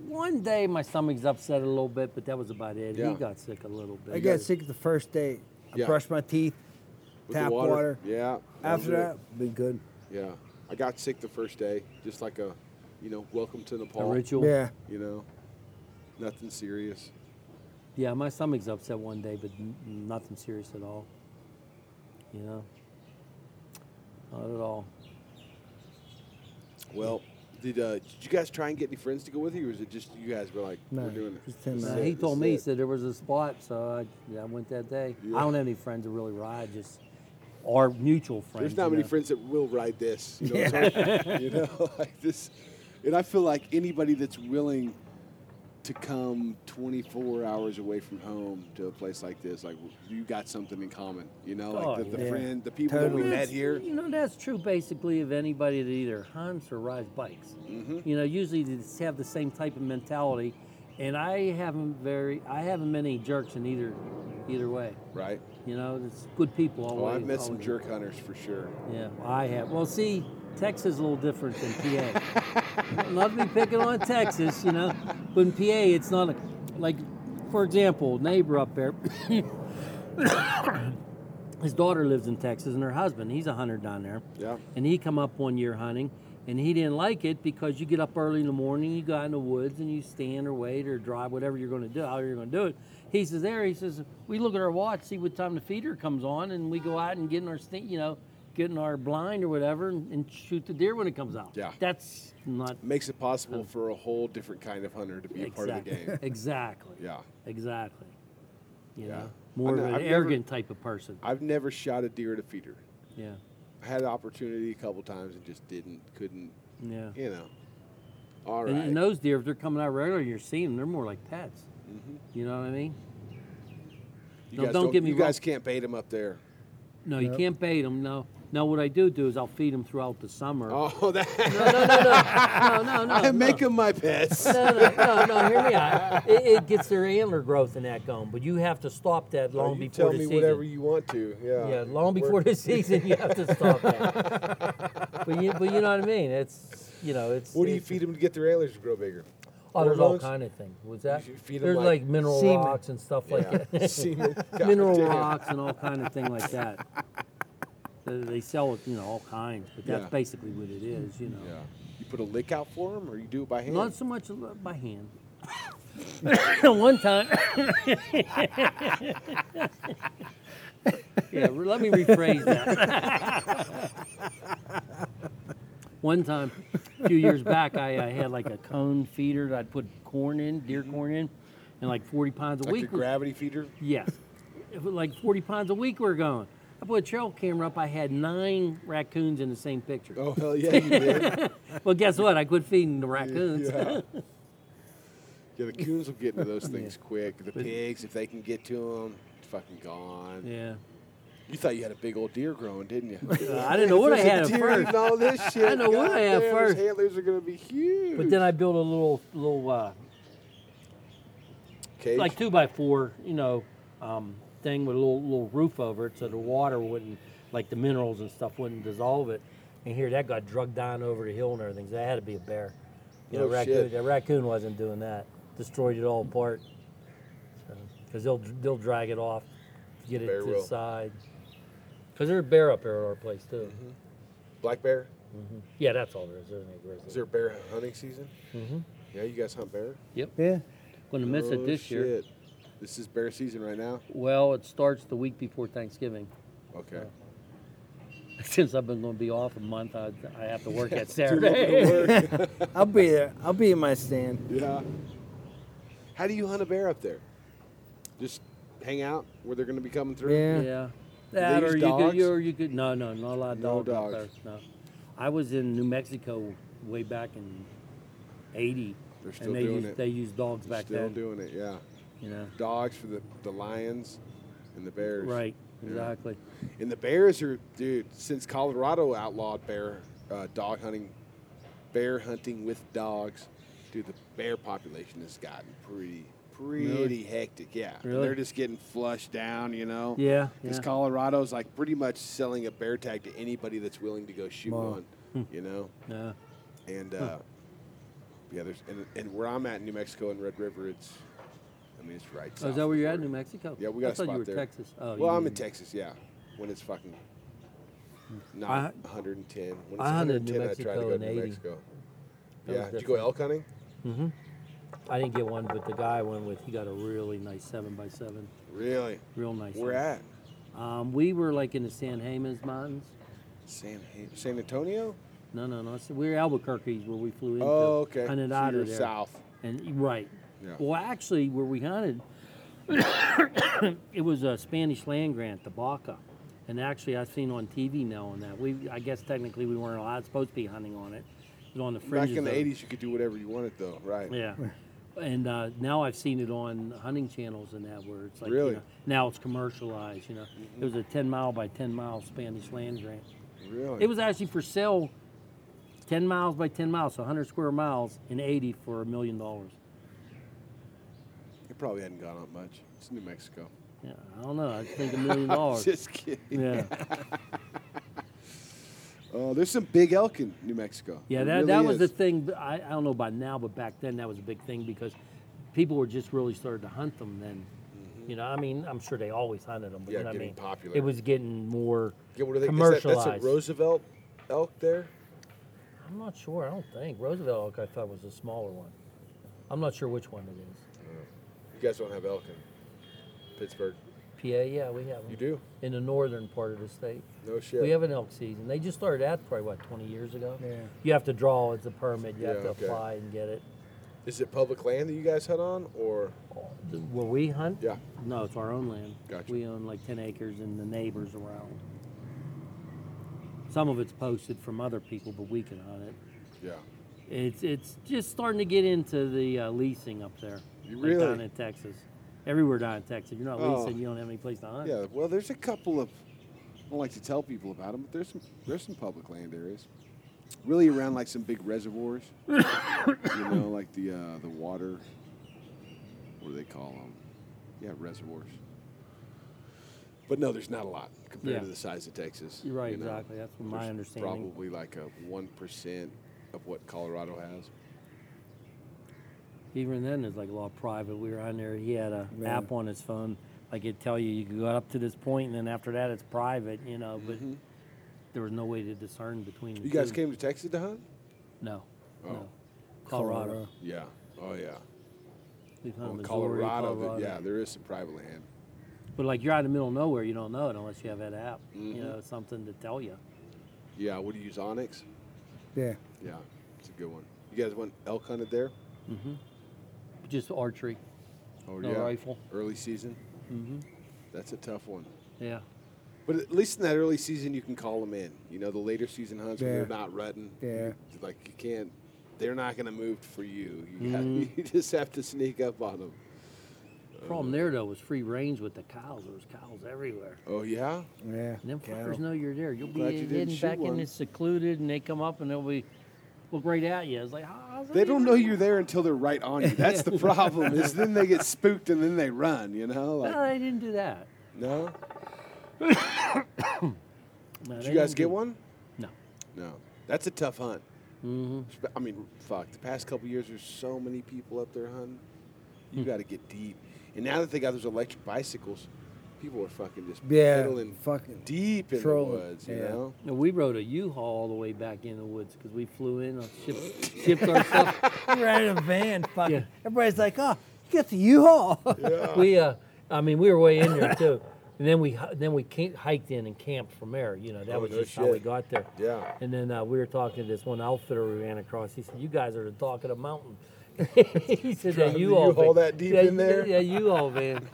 One day my stomach's upset a little bit, but that was about it. Yeah. He got sick a little bit. I got sick the first day. I Yeah. brushed my teeth, With the tap water. Yeah. After was it. that, been good. Yeah, I got sick the first day, just like a, you know, welcome to Nepal. A ritual. Yeah. You know, nothing serious. Yeah, my stomach's upset one day, but n- nothing serious at all. You know, not at all. Well, did uh, did you guys try and get any friends to go with you, or was it just you guys were like, No, we're doing it? just him This and is I. No, it, he this told is me he it. said there was a spot, so I, yeah, I went that day. Yeah. I don't have any friends that really ride, just or mutual friends. There's not you many know. friends that will ride this. You know, what I'm saying? you know, like this, and I feel like anybody that's willing to come 24 hours away from home to a place like this, like you got something in common. You know, like Oh, the, the yeah. friend, the people that Totally. we met That's- here. You know, that's true basically of anybody that either hunts or rides bikes. Mm-hmm. You know, usually they just have the same type of mentality, and I haven't very, I haven't many jerks in either, either way. Right. You know, it's good people always. Oh, I've met some always. jerk hunters for sure. Yeah, I have. Well, see, Texas is a little different than PA. not to be picking on Texas, you know, but in PA, it's not a, like, for example, neighbor up there, his daughter lives in Texas, and her husband, he's a hunter down there, Yeah. and he come up one year hunting, and he didn't like it because you get up early in the morning, you go out in the woods, and you stand or wait or drive, whatever you're going to do, how you're going to do it. He says there, he says we look at our watch, see what time the feeder comes on, and we go out and get in our, sta- you know, get in our blind or whatever, and, and shoot the deer when it comes out. Yeah. that's not Makes it possible for a whole different kind of hunter to be a part of the Exactly. game. Exactly. Yeah. Exactly. You Yeah. know, more I of know- an I've never- arrogant type of person. I've never shot a deer at a feeder. Yeah. I had the opportunity a couple times and just didn't, couldn't, Yeah. you know. All right. and, and those deer, if they're coming out regular, you're seeing them. They're more like pets. Mm-hmm. You know what I mean? you no, guys don't get me You guys wrong. can't bait them up there. No, you can't bait them. No. Now what I do do is I'll feed them throughout the summer. Oh, that. No, no, no, no, no, no, no. I no. make them my pets. No, no, no, no, hear me out. It, it gets their antler growth in that gum, but you have to stop that long Oh, you before tell the me season. whatever you want to. Yeah. Yeah, long before We're- the season, you have to stop that. but you, but you know what I mean. It's you know, it's. What do you it's- feed them to get their antlers to grow bigger? Oh, there's all hormones? kind of things. Was that? should feed 'em There's like like, mineral semen. rocks and stuff like Yeah. that. Semen. God mineral damn. rocks and all kind of thing like that. they, they sell it, you know, all kinds. But that's Yeah. basically what it is, you know. Yeah. You put a lick out for them, or you do it by hand. Not so much by hand. One time. yeah, re- let me rephrase that. One time, a few years back, I, I had like a cone feeder that I'd put corn in, Mm-hmm. deer corn in, and like 40 pounds a like week. your gravity feeder. Yes. It was like 40 pounds a week we were going. I put a trail camera up, I had nine raccoons in the same picture. Oh hell yeah, you did. Well, guess what? I quit feeding the raccoons. Yeah. Yeah, the coons will get into those things quick. The pigs, if they can get to them, fucking gone. yeah. Uh, You thought you had a big old deer growing, didn't you? I didn't know what I There's a had at deer first. And all this shit. know what I had Goddamn, first. Those antlers are gonna be huge. But then I built a little, little, uh, Cage. like two by four, you know, um, thing with a little, little roof over it, so the water wouldn't, like the minerals and stuff wouldn't dissolve it. And here, that got drugged down over the hill and everything. So that had to be a bear. You know, Oh, raccoon. shit. That raccoon wasn't doing that. Destroyed it all apart. Because they'll they'll drag it off, get it Bear to will. the side. Because there's a bear up here at our place too. Mm-hmm. black bear. Yeah, that's all there is. There ain't a grizzly. Is there bear hunting season? Mm-hmm. Yeah, you guys hunt bear. Yeah. Going to miss Oh, it this year. shit. This is bear season right now. Well, it starts the week before Thanksgiving. Okay. Since I've been going to be off a month, I, I have to work that Too long to Saturday. work. I'll be there. I'll be in my stand. Yeah. How do you hunt a bear up there? Just hang out where they're going to be coming through. Yeah. yeah. That use or you dogs? could, you, or you could, no, no, not a lot of No dogs. out dogs. there, No. I was in New Mexico way back in 80. They're still and they doing used, it. They used dogs They're back Still then. doing it. Yeah. you know, Dogs for the, the lions and the bears. right, Yeah. exactly. And the bears are, dude. Since Colorado outlawed bear uh, dog hunting, bear hunting with dogs, dude, the bear population has gotten pretty. Pretty hectic, yeah. And Really? They're just getting flushed down, you know. Yeah, Because yeah. Colorado's like pretty much selling a bear tag to anybody that's willing to go shoot Wow. one, Hmm. you know. Yeah. And uh, yeah, there's and, and where I'm at in New Mexico in Red River, it's I mean it's right. Oh, south is that where of you're at, border. New Mexico? Yeah, we got I a thought spot you were there. Texas. Oh, you well, I'm were- in Texas, yeah. When it's fucking not I- 110. When it's I hunted New 110, I try to Mexico go in to New 80. Mexico. That Yeah, was did you go different. elk hunting? I didn't get one, but the guy I went with, he got a really nice seven by seven, Really? real nice. Where one. at? Um, we were like in the San James Mountains. San Ha- San Antonio? No, no, no. So we were Albuquerque's where we flew into. Oh, okay. Hunted So out you're of there. south. And right. Yeah. Well, actually, where we hunted, it was a Spanish land grant, the Baca. And actually, I've seen on TV now on that. We, I guess technically we weren't allowed supposed to be hunting on it. It was on the Back fringes. in the of it. 80s, you could do whatever you wanted, though, right? Yeah. And uh, now I've seen it on hunting channels and that where it's like you Really? know, now it's commercialized. You know, it was a ten mile by ten mile Spanish land grant. Really? It was actually for sale, ten miles by ten miles, so 100 square miles and 80 for a million dollars. It probably hadn't gone up much. It's New Mexico. Yeah, I don't know. I think a million I'm dollars. Just kidding. Yeah. Oh, there's some big elk in New Mexico. Yeah, There that, really that was the is. thing. but I, I don't know about now, but back then that was a big thing because people were just really starting to hunt them then. You know, I mean, I'm sure they always hunted them, Mm-hmm. but Yeah, you know what I getting mean? popular. It was getting more Yeah, what are they, is that, commercialized. that's a Roosevelt elk there. I'm not sure. I don't think Roosevelt elk I thought was a smaller one. I'm not sure which one it is. You guys don't have elk in Pittsburgh. PA, yeah, we have them. You do? in the northern part of the state. No shit. We have an elk season. They just started that probably what 20 years ago. Yeah. You have to draw it's a permit. You Yeah, have to okay. apply and get it. Is it public land that you guys hunt on, or Where we hunt? yeah? No, it's our own land. Gotcha. We own like 10 acres and the neighbors around. Some of it's posted from other people, but we can hunt it. Yeah. It's it's just starting to get into the uh, leasing up there. You like down really? in Texas. Everywhere down in Texas, you're not Oh. leasing, you don't have any place to hunt. Yeah, well, there's a couple of. I don't like to tell people about them, but there's some there's some public land areas, really around like some big reservoirs. you know, like the uh, the water. What do they call them? Yeah, reservoirs. But no, there's not a lot compared Yeah. to the size of Texas. You're right, you know. exactly. That's my There's understanding. Probably like a one percent of what Colorado has. Even then, it's like a lot of private. We were on there. He had a Yeah. app on his phone. Like it'd tell you, you could go up to this point, and then after that, it's private. You know, but there was no way to discern between. The Mm-hmm. You guys two. came to Texas to hunt? No, Oh. no. Colorado. Colorado. Yeah. Oh yeah. We've Well, hunted Uh, Missouri, Colorado, Colorado. th- Yeah, there is some private land. But like you're out in the middle of nowhere, you don't know it unless you have that app. Mm-hmm. You know, something to tell you. Yeah. Would you use Onyx? Yeah. Yeah, it's a good one. You guys went elk hunted there? Just archery. Mm-hmm. Oh No rifle. Early season. Mm-hmm. That's a tough one. Yeah. But at least in that early season, you can call them in. You know, the later season hunts when they're Yeah. not rutting. Yeah. you- like you can't. They're not going to move for you. You, Mm-hmm. have, you just have to sneak up on them. Problem there though was free range with the cows. There was cows everywhere. Oh yeah. Yeah. And them cattle. fuckers know you're there. You'll glad be you didn't hidden shoot back one. in this secluded, and they come up and they'll be look right at you. It's like "How's They that don't you know doing?" you're there until they're right on you. That's the problem. Is then they get spooked and then they run. You know, No, like they didn't do that. no. No, Did they you guys didn't get do- one? No. No. That's a tough hunt. Mm-hmm. Spe- I mean, fuck. The past couple years, there's so many people up there hunting. You got to get deep. And now that they got those electric bicycles, people are fucking just Yeah. pedaling Fucking. deep in Trolling, the woods. You yeah. know? No, we rode a U-Haul all the way back in the woods because we flew in, uh, shipped, shipped our stuff. We ran in a van. Fucking. Yeah. Everybody's like, oh, you got the U-Haul. We, uh, I mean, we were way in there too, and then we hu- then we ca- hiked in and camped from there. You know, that Oh, was no just how we shit. got there. Yeah. And then uh, we were talking to this one outfitter we ran across. He said, "You guys are the talk of the mountain." he said, Driving "That the U-Haul, U-Haul van- that deep in there? Yeah, U-Haul van.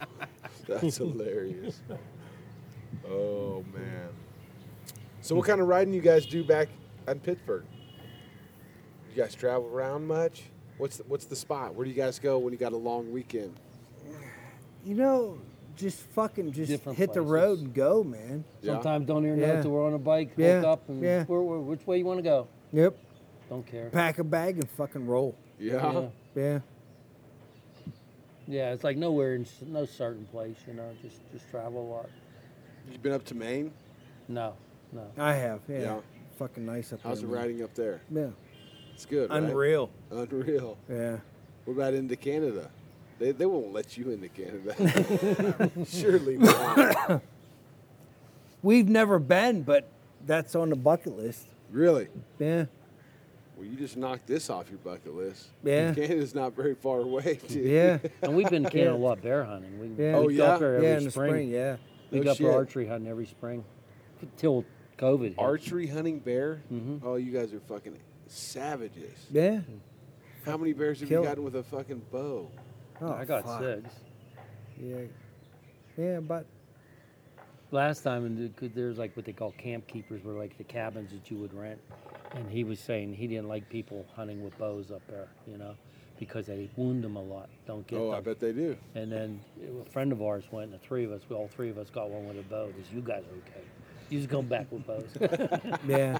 That's hilarious. Oh man. So what kind of riding you guys do back in Pittsburgh? You guys travel around much? What's the, what's the spot? Where do you guys go when you got a long weekend? You know, just fucking just Different hit the places. road and go, man. Yeah. Sometimes don't even know Yeah. till we're on a bike, hook Yeah, up, and yeah. where, where, which way you want to go. Yep. Don't care. Pack a bag and fucking roll. Yeah. Uh-huh. Yeah. Yeah. Yeah, it's like nowhere in s- no certain place, you know. Just just travel a lot. You've been up to Maine? No, no. I have. Yeah. Yeah. Fucking nice up How's the there. man. riding up there? Yeah. It's good. right? Um, Unreal. Unreal. Yeah. What about into Canada? They, they won't let you into Canada. Surely not. We've never been, but that's on the bucket list. really? Yeah. Well, you just knocked this off your bucket list. Yeah. Canada's not very far away, dude. Yeah. And we've been to Canada a lot bear hunting. We, Yeah. Oh, we go yeah? up there every yeah. In the spring. spring. Yeah. Oh, We No go up shit. there archery hunting every spring, till COVID. Hit. Archery hunting bear? Oh, you guys are fucking savages. Mm-hmm. Yeah. How many bears have Kill you 'em. gotten with a fucking bow? Oh, I got fuck. six Yeah. Yeah, but last time, and the- 'cause there's like what they call camp keepers, were like the cabins that you would rent. And he was saying he didn't like people hunting with bows up there, you know, because they wound them a lot. Don't get oh, them. I bet they do. And then a friend of ours went, and the three of us, we all three of us got one with a bow. Because you guys are okay. You just come back with bows. yeah.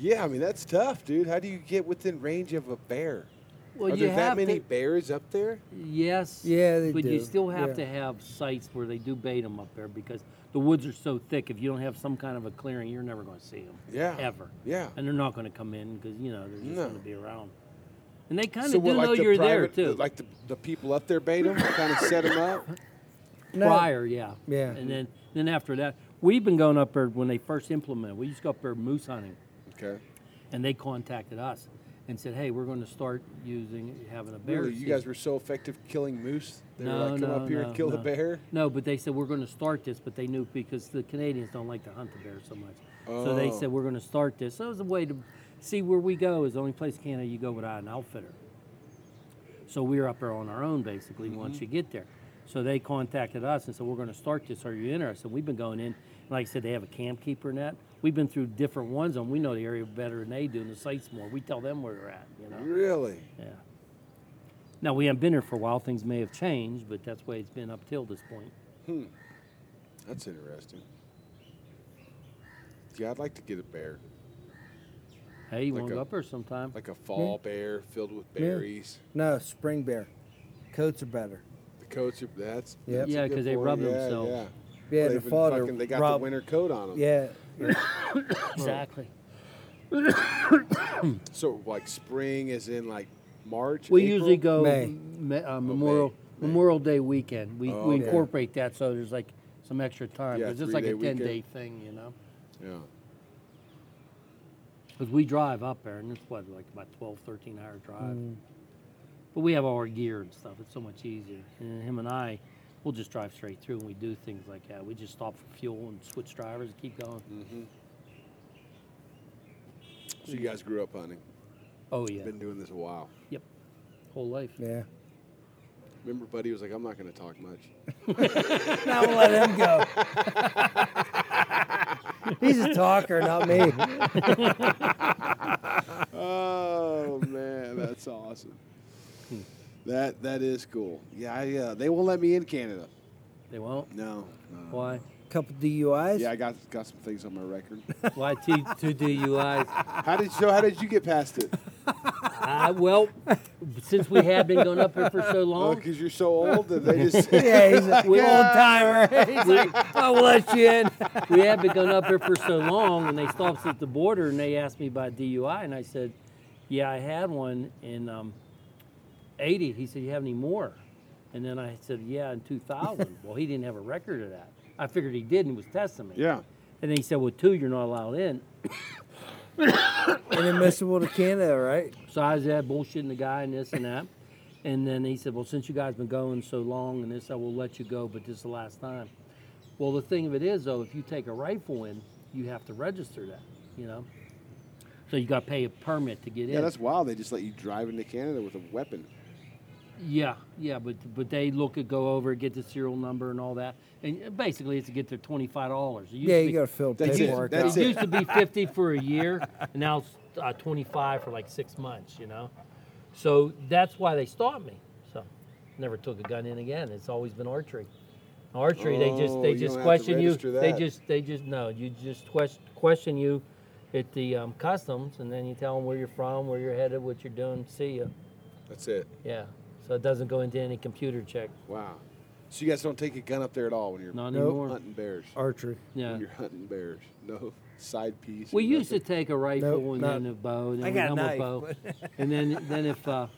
Yeah, I mean that's tough, dude. How do you get within range of a bear? well, are there that many bears up there? Yes. Yeah, they but you do. still have Yeah. to have sites where they do bait them up there because the woods are so thick. If you don't have some kind of a clearing, you're never going to see them. Yeah. Ever. Yeah. And they're not going to come in because you know they're just No. going to be around. And they kind of So do what, know like the you're private, there too. Like the, the people up there bait them, kind of set them up. No. prior, yeah. Yeah. And then then after that, we've been going up there when they first implemented. We used to go up there moose hunting, Okay. and they contacted us and said, "Hey, we're going to start using having a bear." Really, you season." guys were so effective killing moose. They no, were like, come no, up here no, and kill the no. bear. No, but they said we're going to start this, but they knew because the Canadians don't like to hunt the bear so much. So they Oh. said we're going to start this. So it was a way to see where we go. Is the only place in Canada you go without an outfitter. So we were up there on our own basically once you get there. So they contacted us and said we're going to start this. Are you interested? We've been going in. Like I said, they have a camp keeper net. We've been through different ones, and we know the area better than they do, and the sites more. We tell them where we're at. You know. Really? Yeah. Now we haven't been here for a while. Things may have changed, but that's the way it's been up till this point. That's interesting. Yeah, I'd like to get a bear, Hey, you Like want to a- go up there sometime? like a fall bear filled with Yeah. berries. No, spring bear. Coats are better. The coats are that's Yeah. that's a Yeah, good 'cause they point. rub yeah, themselves. Yeah, Yeah, They've the been fall, they're fucking- they got rub- the winter coat on them. Yeah. Exactly. So like spring is in like March. We April? usually go May. M- Ma- uh, Memorial Memorial Day weekend. We, Oh, we okay. incorporate that so there's like some extra time. Yeah, it's just like a three-day ten weekend. day thing, you know. Yeah. Because we drive up there, and it's what like about 12, 13 hour drive. Mm. But we have all our gear and stuff. It's so much easier. And him and I, we'll just drive straight through, and we do things like that. We just stop for fuel and switch drivers and keep going. Mm. So you guys grew up hunting. Oh yeah, Been doing this a while. yep, whole life. Yeah. Remember, buddy was like, "I'm not going to talk much." Now let him go. He's a talker, not me. Oh man, that's awesome. That that is cool. Yeah, I, uh, they won't let me in Canada. They won't. No, no. Why? Couple DUIs. Yeah, I got got some things on my record. Why two, two DUIs? How did so? How did you get past it? I, well, since we have been going up here for so long, Because Oh, you're so old that they just Yeah, he's an We- old timer. He's like, I'll let you in. we have been going up here for so long, and they stopped us at the border and they asked me about DUI, and I said, "Yeah, I had one in um, '80." He said, "You have any more?" And then I said, "Yeah, in 2000." well, he didn't have a record of that. I figured he did and was testing me. yeah. And then he said, "Well, two, you're not allowed in." Inadmissible to Canada, right? So I was there bullshitting the guy and this and that. And then he said, Well, since you guys been going so long and this, I will let you go, but this is the last time. Well, the thing of it is, though, if you take a rifle in, you have to register that, you know? So you got to pay a permit to get Yeah, in. that's wild. They just let you drive into Canada with a weapon. yeah, yeah, but but they look at go over, get the serial number and all that, and basically it's to get their twenty five dollars. Yeah, you got to fill That's it, paperwork that's out. It it. used to be 50 for a year, and now it's uh, 25 for like six months, you know? So that's why they stopped me. So never took a gun in again. It's always been archery. Archery, they just Oh, they you don't just have to question you. register They that. just they just no, you just quest, question you at the um, customs, and then you tell them where you're from, where you're headed, what you're doing. See you. That's it. Yeah. So it doesn't go into any computer check. Wow. So you guys don't take a gun up there at all when you're Not Nope. anymore. hunting bears. Archery. yeah. When you're hunting bears, no side piece. We or used to nothing. take a rifle Nope, and not- then a bow, and then I got a another knife, bow, and then then if uh,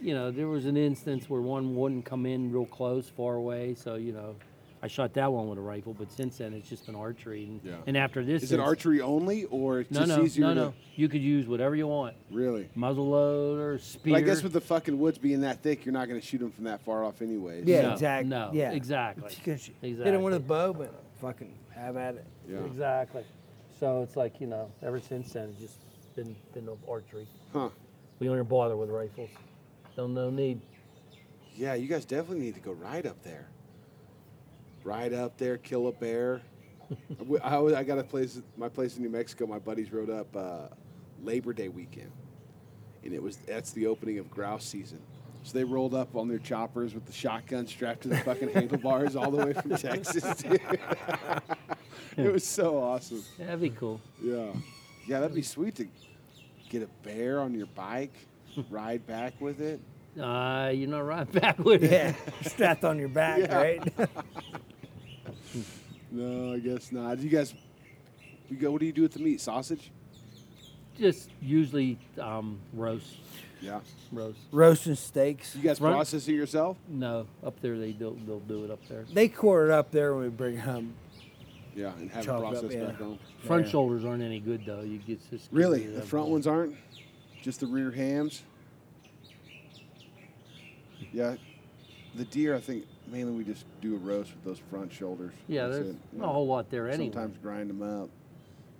you know there was an instance where one wouldn't come in real close, far away, so you know I shot that one with a rifle. But since then, it's just been archery, and, Yeah. and after this, Is it inst- archery only, or it's No, just no, easier no, to no. You could use whatever you want, really? muzzle loader, spear. But I guess with the fucking woods being that thick, you're not going to shoot them from that far off anyway. Yeah, No, exactly. no, yeah. exactly. You could sh- Hit him Exactly. with a bow, but fucking have at it. Yeah. exactly. So it's like you know, ever since then, it's just been been archery. Huh. We don't even bother with rifles. No, no need. Yeah, you guys definitely need to go ride up there. Ride up there, kill a bear. We- I, always- I got a place, my place in New Mexico. My buddies rode up uh, Labor Day weekend, and it was that's the opening of grouse season. So they rolled up on their choppers with the shotgun strapped to the fucking handlebars all the way from Texas. Dude. it was so awesome. Yeah, that'd be cool. Yeah, yeah, that'd be sweet to get a bear on your bike, ride back with it. Uh, you're not right back with it. Yeah. Strapped on your back, Yeah. right? No, I guess not. You guys, you go. What do you do with the meat? Sausage? Just usually um, roast, Yeah. roast. Roasting steaks. You guys Right. process it yourself? No, up there they do, they'll do it up there. They quarter it up there when we bring it home. Yeah, and have it Chop it up, processed yeah. back home. Front Yeah. shoulders aren't any good though. You get just Really, the front ones aren't. Just the rear hams. Yeah, the deer. I think mainly we just do a roast with those front shoulders. Yeah, That's there's it. not a whole lot there anyway. Sometimes grind them up.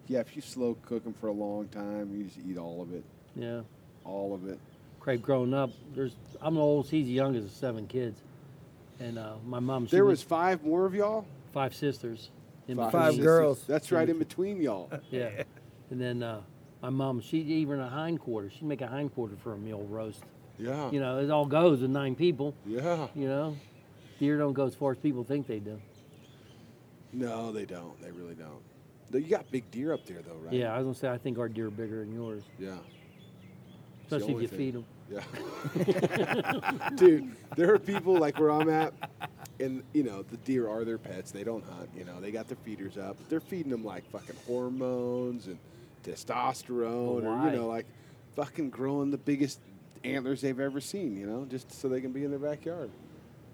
Yeah, if you slow cook them for a long time, you just eat all of it. Yeah, All of it. Craig, growing up, there's I'm the oldest. He's the youngest of seven kids, and uh, my mom. she There was was five more of y'all. five sisters. in Five between. sisters. girls. That's right in between y'all. Yeah, and then uh, my mom, she even a hindquarter. She'd make a hindquarter for a meal roast. Yeah. You know, it all goes with nine people. Yeah. You know, deer don't go as far as people think they do. No, they don't. They really don't. You got big deer up there though, right? Yeah, I was gonna say I think our deer are bigger than yours, Yeah. the especially if only you thing. feed 'em. Yeah. Dude, there are people like where I'm at, and you know the deer are their pets. They don't hunt. You know they got their feeders up. They're feeding them like fucking hormones and testosterone, or Why? you know like fucking growing the biggest antlers they've ever seen. You know just so they can be in their backyard.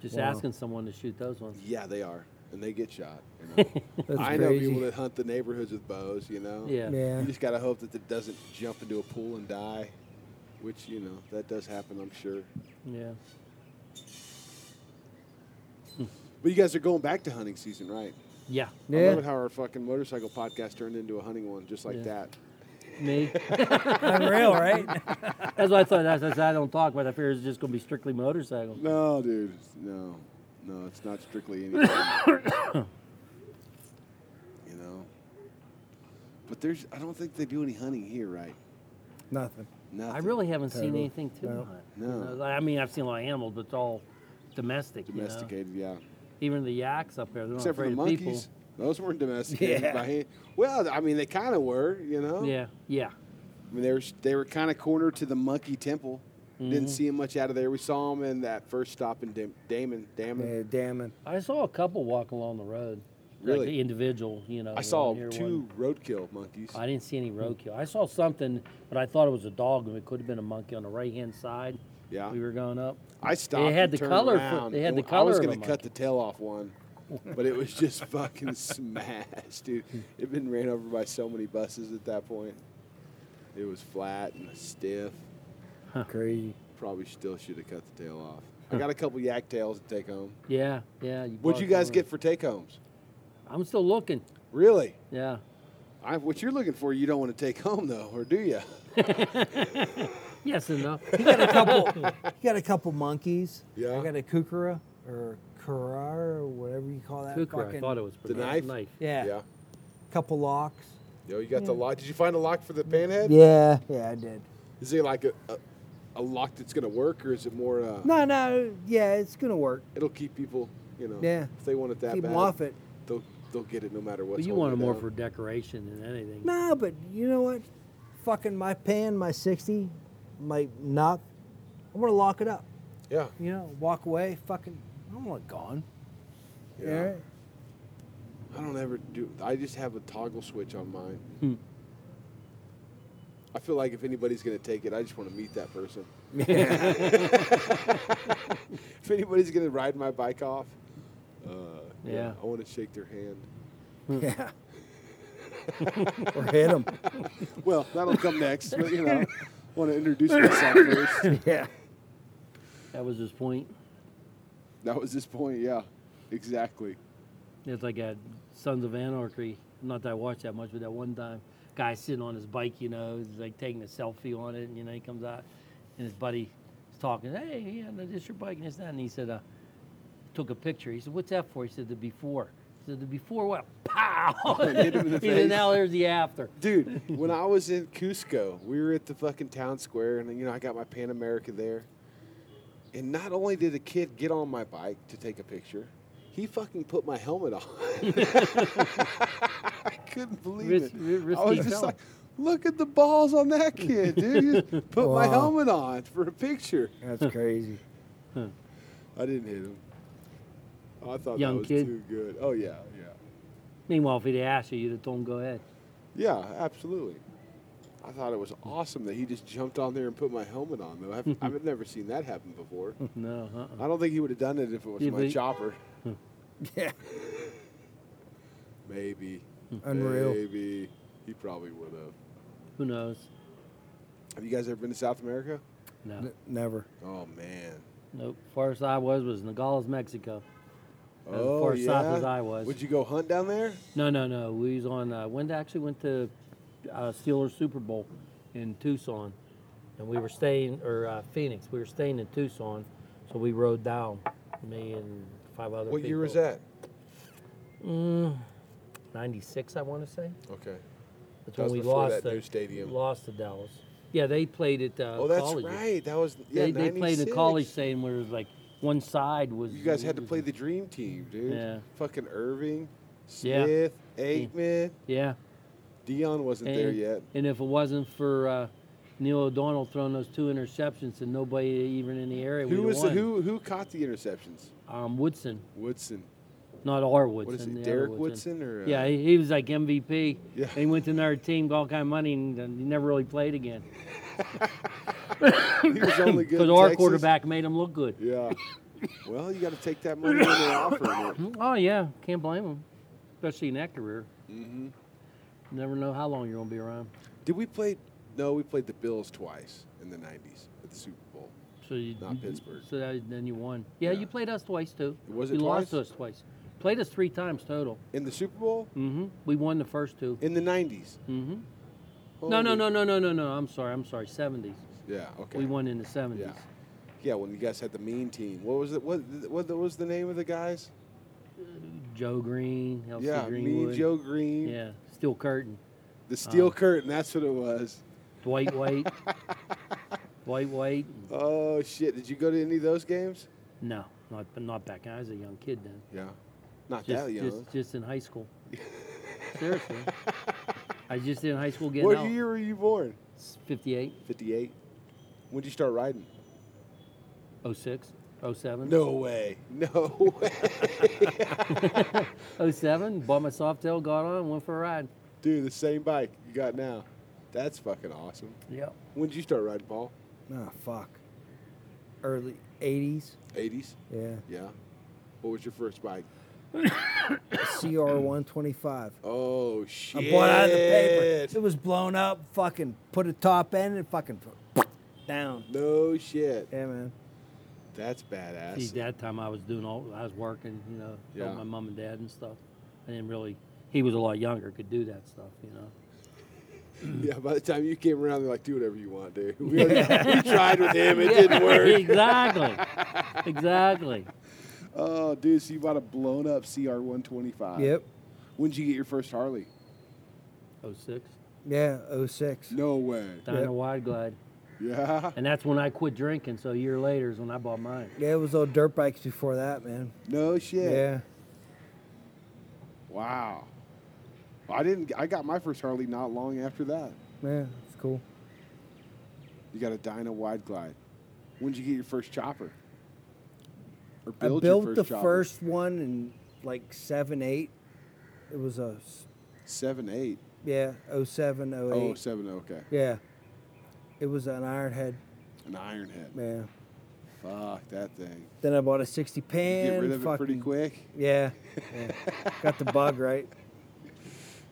Just Wow. asking someone to shoot those ones. Yeah, they are, and they get shot. You know? That's I know crazy. people that hunt the neighborhoods with bows. You know. Yeah. Yeah. You just gotta hope that it doesn't jump into a pool and die, which you know that does happen. I'm sure. Yeah. But you guys are going back to hunting season, right? Yeah. I Yeah. love it how our fucking motorcycle podcast turned into a hunting one just like Yeah. that. Me. Unreal, right? That's what I thought. That's, that's I don't talk, but I figured it's just gonna be strictly motorcycle. No, dude. it's- No. No, it's not strictly anything. you know? But there's, I don't think they do any hunting here, right? Nothing. Nothing. I really haven't seen Terrible. anything too No. much. No. I mean, I've seen a lot of animals, but it's all domestic. you know? Domesticated, yeah. Even the yaks up there, they're Except not for the afraid of people. monkeys. Those weren't domesticated Yeah. by hand. Well, I mean, they kind of were, you know? Yeah, yeah, I mean, they were, they were kind of cornered to the monkey temple. Mm-hmm. Didn't see him much out of there. We saw him in that first stop in Dam- Damon. Damon. Yeah, damn it. I saw a couple walk along the road. Really? Like the individual, you know. I saw one near two roadkill monkeys. one. I didn't see any roadkill. I saw something, but I thought it was a dog, and it could have been a monkey on the right hand side. Yeah. We were going up. I stopped. had and the turned color for- around, they had and the I was color of gonna the cut the tail off one, but it was just fucking smashed, dude. It'd been ran over by so many buses at that point. It was flat and stiff. Crazy. Probably still should have cut the tail off. I got a couple yak tails to take home. Yeah, yeah. What'd you brought guys some get for take homes? of- I'm still looking. Really? Yeah. I, what you're looking for, you don't want to take home though, or do you? Yes and no. You got a couple. you got a couple monkeys. Yeah. I got a kukura or kurar or whatever you call that. Kukra, I fucking- thought it was The pronounced knife? Yeah. Yeah. Couple locks. Yo, you got the lock. Did you find a lock for the panhead? Yeah. Yeah, I did. Is it like a, a, a lock that's gonna work, or is it more? Uh, No, no. Yeah, it's gonna work. It'll keep people, you know. Yeah. If they want it that Keep bad, them off it. they'll they'll get it no matter what. But you want it more for decoration than anything. No, but you know what? Fucking my pan, my sixty, might not. I want to lock it up. Yeah. You know, walk away. Fucking, I don't want it gone. Yeah. Yeah. I don't ever do. I just have a toggle switch on mine. Hmm. I feel like if anybody's gonna take it, I just want to meet that person. if anybody's gonna ride my bike off, uh, Yeah. I want to shake their hand. Yeah. Hmm. or hit them. Well, that'll come next, but you know, want to introduce myself first. Yeah. That was his point. That was his point. Yeah, exactly. It's like at Sons of Anarchy. Not that I watch that much, but that one time, guy sitting on his bike, you know, he's like taking a selfie on it, and you know, he comes out, and his buddy is talking, hey, yeah, no, this your bike, and this, that, and he said, uh, took a picture. He said, what's that for? He said, the before. He said, the before what? Pow! Hit him in the he said, face. now there's the after. Dude, when I was in Cusco, we were at the fucking town square, and you know I got my Pan America there. And not only did a kid get on my bike to take a picture, he fucking put my helmet on. I couldn't believe Ris- it. ri- risky I was just fellow. like, look at the balls on that kid, dude. He put my Wow. helmet on for a picture. That's crazy. I didn't hit him. I thought Young that was kid. too good. Oh yeah, yeah. Meanwhile, if he'd asked you, you'd have told him go ahead. Yeah, absolutely. I thought it was awesome that he just jumped on there and put my helmet on, though. I've, I've never seen that happen before. No, uh-uh. I don't think he would have done it if it was Yeah, my but- chopper. Hmm. Yeah. Maybe. Unreal. Maybe. He probably would have. who knows? Have you guys ever been to South America? No, N- never. Oh, man. nope. Farthest I was was Nogales, Mexico. As oh, far yeah? south as I was. Would you go hunt down there? No, no, no. We was on. Uh, when actually went to uh, Steelers Super Bowl in Tucson, and we were staying or uh, Phoenix. We were staying in Tucson, so we rode down. Me and five other. What year was people. that? Mm, Ninety-six, I want to say. Okay. That's That when was we before lost that the new stadium. Lost the Dallas. Yeah, they played at. Uh, Oh, that's colleges. right. That was yeah. They, they played a 96. college stadium where it was like one side was. You guys had to play the dream team, dude. Yeah. Fucking Irving, Yeah. Smith, Aikman. Yeah. Dion wasn't there yet. And if it wasn't for uh, Neil O'Donnell throwing those two interceptions and nobody even in the area, Who we'd was have the, who? won. Who caught the interceptions? Um, Woodson, Woodson. not our Woodson. What is the it? other Derek Woodson or uh, yeah, he, he was like MVP. Yeah. And he went to another team, got all kind of money, and then he never really played again he was only good. because in our Texas? quarterback made him look good. Yeah. Well, you got to take that money when they're offering it. Oh yeah, can't blame him, especially in that career. Mm-hmm. Never know how long you're gonna be around. Did we play? No, we played the Bills twice in the '90s at the Super Bowl. So you, Not Pittsburgh. So that, then you won. Yeah, Yeah. you played us twice too. Was it you lost to twice? us twice. Played us three times total. In the Super Bowl Mm-hmm. We won the first two. in the '90s. Mm-hmm. No, no, Holy- no, no, no, no, no. I'm sorry. I'm sorry. 70s. Yeah. Okay. We won in the 70s. Yeah. Yeah, when you guys had the mean team. What was it? What what, what was the name of the guys? Joe Green, Elsie yeah, Greenwood. mean Joe Green. Yeah, Steel Curtain. The Steel Um, Curtain. That's what it was. Dwight White. Dwight White. Oh shit! Did you go to any of those games? No, not not back. then. I was a young kid then. Yeah. Not Just, that young. just, just in high school. Seriously. I was just in high school getting what out. year were you born? 58, 58. When did you start riding? 06, 07. No way. No way. 07, bought my soft tail, got on, went for a ride. Dude, the same bike you got now. That's fucking awesome. Yep. When did you start riding, Paul? Ah, fuck. Early 80s. 80s? Yeah. Yeah. What was your first bike? CR 125. Oh, shit. I bought it out of the paper. It was blown up. Fucking put a top end and fucking down. No shit. Yeah, man. That's See, badass. that time I was doing all, I was working, you know, Yeah. helping my mom and dad and stuff. I didn't really, he was a lot younger, could do that stuff, you know. yeah, by the time you came around, they're like, do whatever you want, dude. We, already, we tried with him, it didn't work. exactly. Exactly. Oh, dude, so you bought a blown up CR 125. Yep. When did you get your first Harley? 06, Yeah, 06. No way. Dyna Wide Glide. Yeah. And that's when I quit drinking, so a year later is when I bought mine. Yeah, it was old dirt bikes before that, man. No shit. Yeah. Wow. I didn't. I got my first Harley not long after that. Yeah, it's cool. You got a Dyna Wide Glide. When did you get your first chopper? Or I build built your first the chopper? first one in like 7, 8. It was a, s- seven eight. yeah, 07, 08. Oh, seven. Okay, Yeah. It was an iron head, an iron head. man. Fuck that thing. Then I bought a 60 You pan. get rid of it pretty fucking- quick. Yeah. yeah. Got the bug right.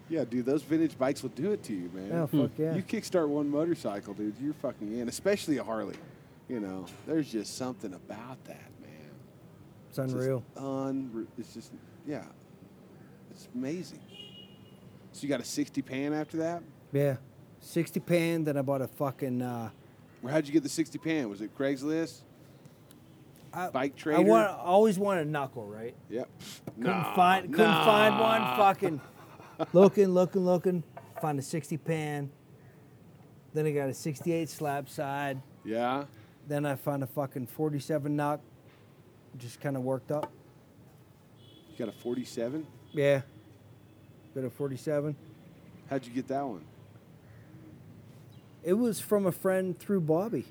Yeah, dude, those vintage bikes will do it to you, man. Oh, fuck yeah. You kickstart one motorcycle, dude, you're fucking in. Especially a Harley. You know, there's just something about that, man. It's unreal. Just unre- it's just, yeah. It's amazing. So you got a 60 pan after that? Yeah. 60 pan, then I bought a fucking. Uh, Or how'd you get the 60 pan? Was it Craigslist? I, Bike I trader? want, always wanted a knuckle, right? Yep. Couldn't find couldn't find one. Fucking looking, looking, looking. Find a 60 pan. Then I got a 68 slab side. Yeah. Then I found a fucking 47 knock. Just kind of worked up. You got a 47? Yeah. Got a 47. How'd you get that one? It was from a friend through Bobby.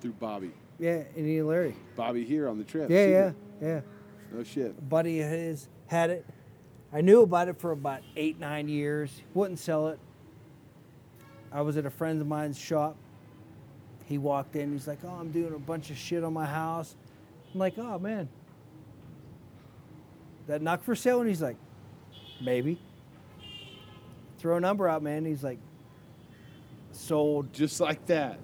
Through Bobby. Yeah, Indian Larry. Bobby here on the trip. Yeah, yeah, Secret. yeah. No shit. A buddy of his had it. I knew about it for about eight, nine years. Wouldn't sell it. I was at a friend of mine's shop. He walked in. He's like, "Oh, I'm doing a bunch of shit on my house." I'm like, "Oh man, that knock for sale?" And he's like, "Maybe." Throw a number out, man. He's like, "Sold." Just like that.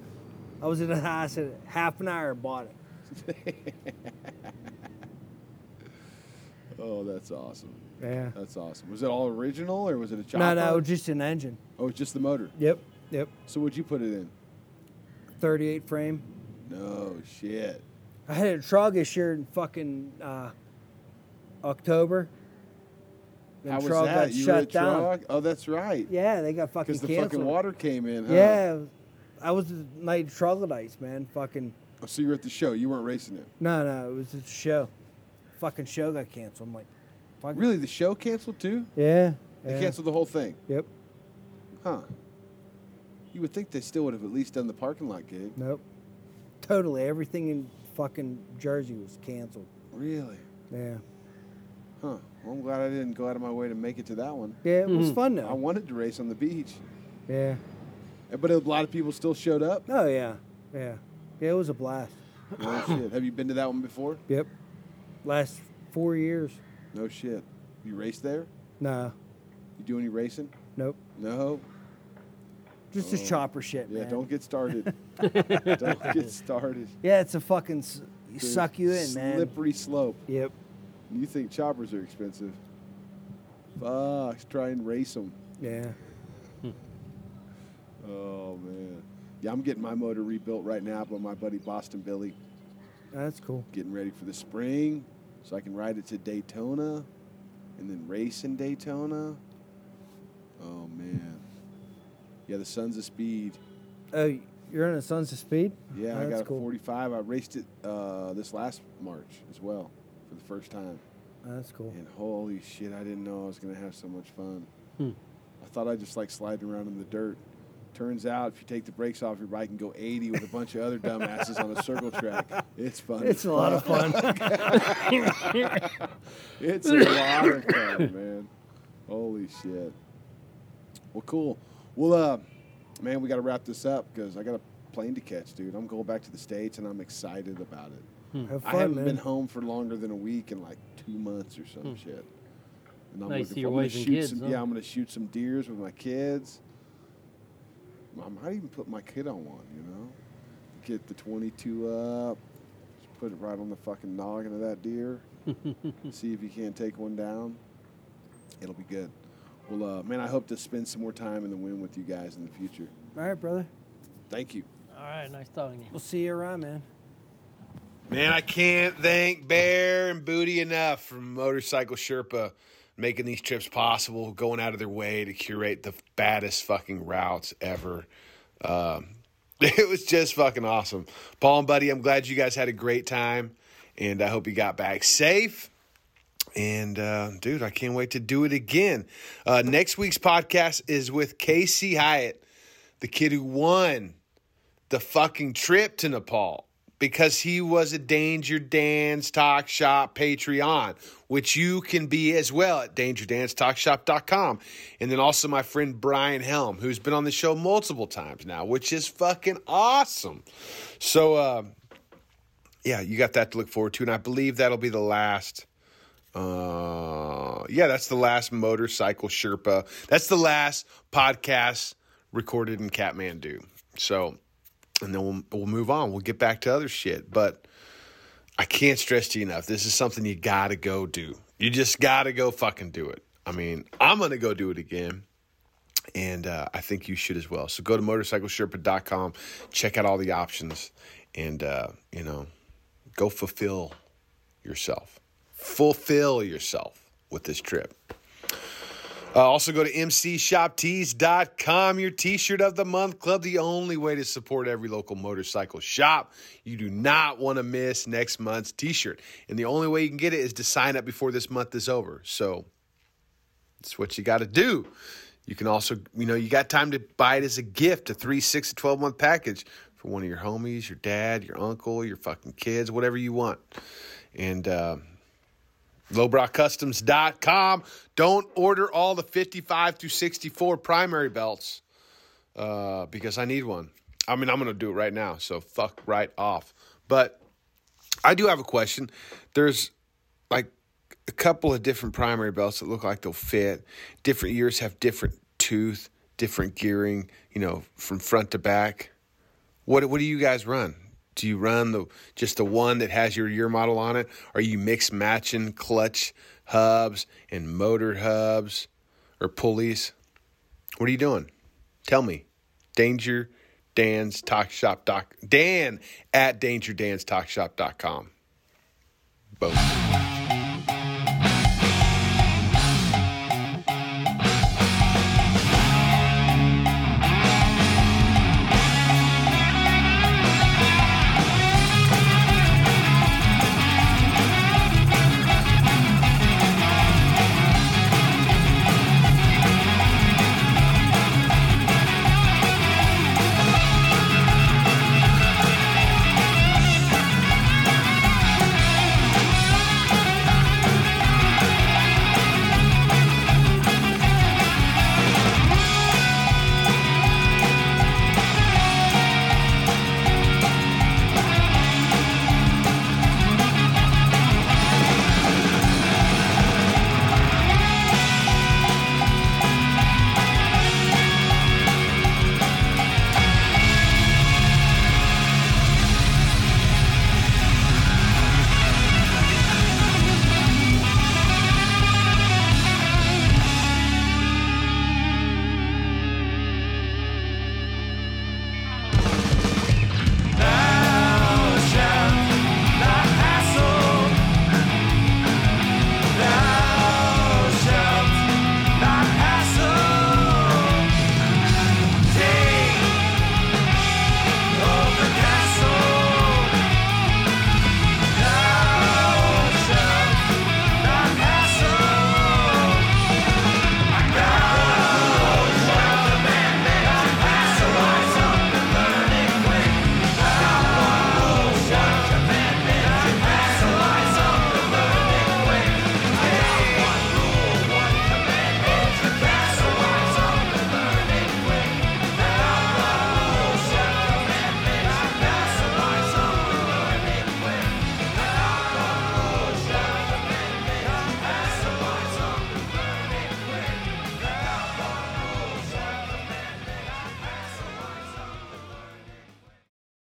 I was in the house in half an hour and bought it. Oh, that's awesome. Yeah. That's awesome. Was it all original or was it a chopper? No, no, just an engine. Oh, it's just the motor. Yep, yep. So what'd you put it in? 38 frame. No shit. I had a trog this year in fucking uh, October. The How was trog that? got you were shut at down. Trog? Oh, that's right. Yeah, they got fucking Because the canceled. fucking water came in. Huh? Yeah, I was the night of troglodytes, man. Fucking Oh, So you were at the show. You weren't racing it. no, no, it was just a show. Fucking show got canceled. I'm like, fuck. Really, the show canceled too? Yeah. They yeah. canceled the whole thing, Yep. huh? You would think they still would have at least done the parking lot gig. Nope. Totally, everything in fucking Jersey was canceled. Really, Yeah. huh? Well, I'm glad I didn't go out of my way to make it to that one. Yeah, it was Mhm. fun Mm-hmm. I though. wanted to race on the beach, Yeah. but a lot of people still showed up. Oh yeah, yeah, yeah. It was a blast. No shit. Have you been to that one before? Yep. Last four years. No shit. You race there? Nah, You do any racing? nope. No. Just the chopper shit, Oh. Yeah, man. don't get started. don't get started. Yeah, it's a fucking s- you Dude, suck you in, man. Slippery slope. Yep. You think choppers are expensive? Fuck, try and race them. Yeah. Oh man. Yeah, I'm getting my motor rebuilt right now by my buddy Boston Billy. That's cool. Getting ready for the spring, so I can ride it to Daytona, and then race in Daytona. Oh man. Yeah, the Sons of Speed. Oh, you're on a Sons of Speed. Yeah, I That's got a cool. 45. I raced it uh, this last March as well for the first time. That's cool. And holy shit, I didn't know I was going to have so much fun. Hmm. I thought I just like sliding around in the dirt. Turns out if you take the brakes off your bike and go 80 with a bunch of other dumbasses on a circle track, it's fun. It's a lot of fun. It's a lot of fun, man. Holy shit. Well, cool. Well, uh, man, we got to wrap this up because I got a plane to catch, dude. I'm going back to the States and I'm excited about it. Have I fun, haven't been man. home for longer than a week in like two months or some shit. And I'm Hmm. Nice, looking so for- you're I'm gonna raising shoot kids, some, huh? Yeah, I'm gonna shoot some deers with my kids. I might even put my kid on one, you know. Get the 22 up, just put it right on the fucking noggin of that deer. see if you can't take one down. It'll be good. Well, uh, man, I hope to spend some more time in the wind with you guys in the future. All right, brother. Thank you. All right, nice talking to you. We'll see you around, man. Man, I can't thank Bear and Booty enough for Motorcycle Sherpa making these trips possible, going out of their way to curate the baddest fucking routes ever. Um, it was just fucking awesome. Paul and Buddy, I'm glad you guys had a great time, and I hope you got back safe. And uh, dude, I can't wait to do it again. Uh, next week's podcast is with Casey Hyatt, the kid who won the fucking trip to Nepal because he was a Danger Dance Talk Shop Patreon, which you can be as well at dangerdancetalkshop.com. And then also my friend Brian Helm, who's been on the show multiple times now, which is fucking awesome. So, uh, yeah, you got that to look forward to. And I believe that'll be the last. Uh, yeah, that's the last motorcycle Sherpa. That's the last podcast recorded in Kathmandu. So, and then we'll we'll move on. We'll get back to other shit. But I can't stress to you enough. This is something you gotta go do. You just gotta go fucking do it. I mean, I'm gonna go do it again. And uh, I think you should as well. So go to motorcyclesherpa.com, check out all the options, and uh, you know, go fulfill yourself. Fulfill yourself with this trip. Uh, also, go to mcshoptees.com, your t shirt of the month club, the only way to support every local motorcycle shop. You do not want to miss next month's t shirt. And the only way you can get it is to sign up before this month is over. So it's what you got to do. You can also, you know, you got time to buy it as a gift, a three, six, to 12 month package for one of your homies, your dad, your uncle, your fucking kids, whatever you want. And, uh, lowbrowcustoms.com. Don't order all the 55 through 64 primary belts uh, because I need one. I mean, I'm going to do it right now, so fuck right off. But I do have a question. There's like a couple of different primary belts that look like they'll fit. Different years have different tooth, different gearing, you know, from front to back. What what do you guys run? Do you run the just the one that has your year model on it? Are you mix matching clutch hubs and motor hubs or pulleys? What are you doing? Tell me. Danger Dan's Talk Shop doc Dan at DangerDan'sTalkShop.com. Boom.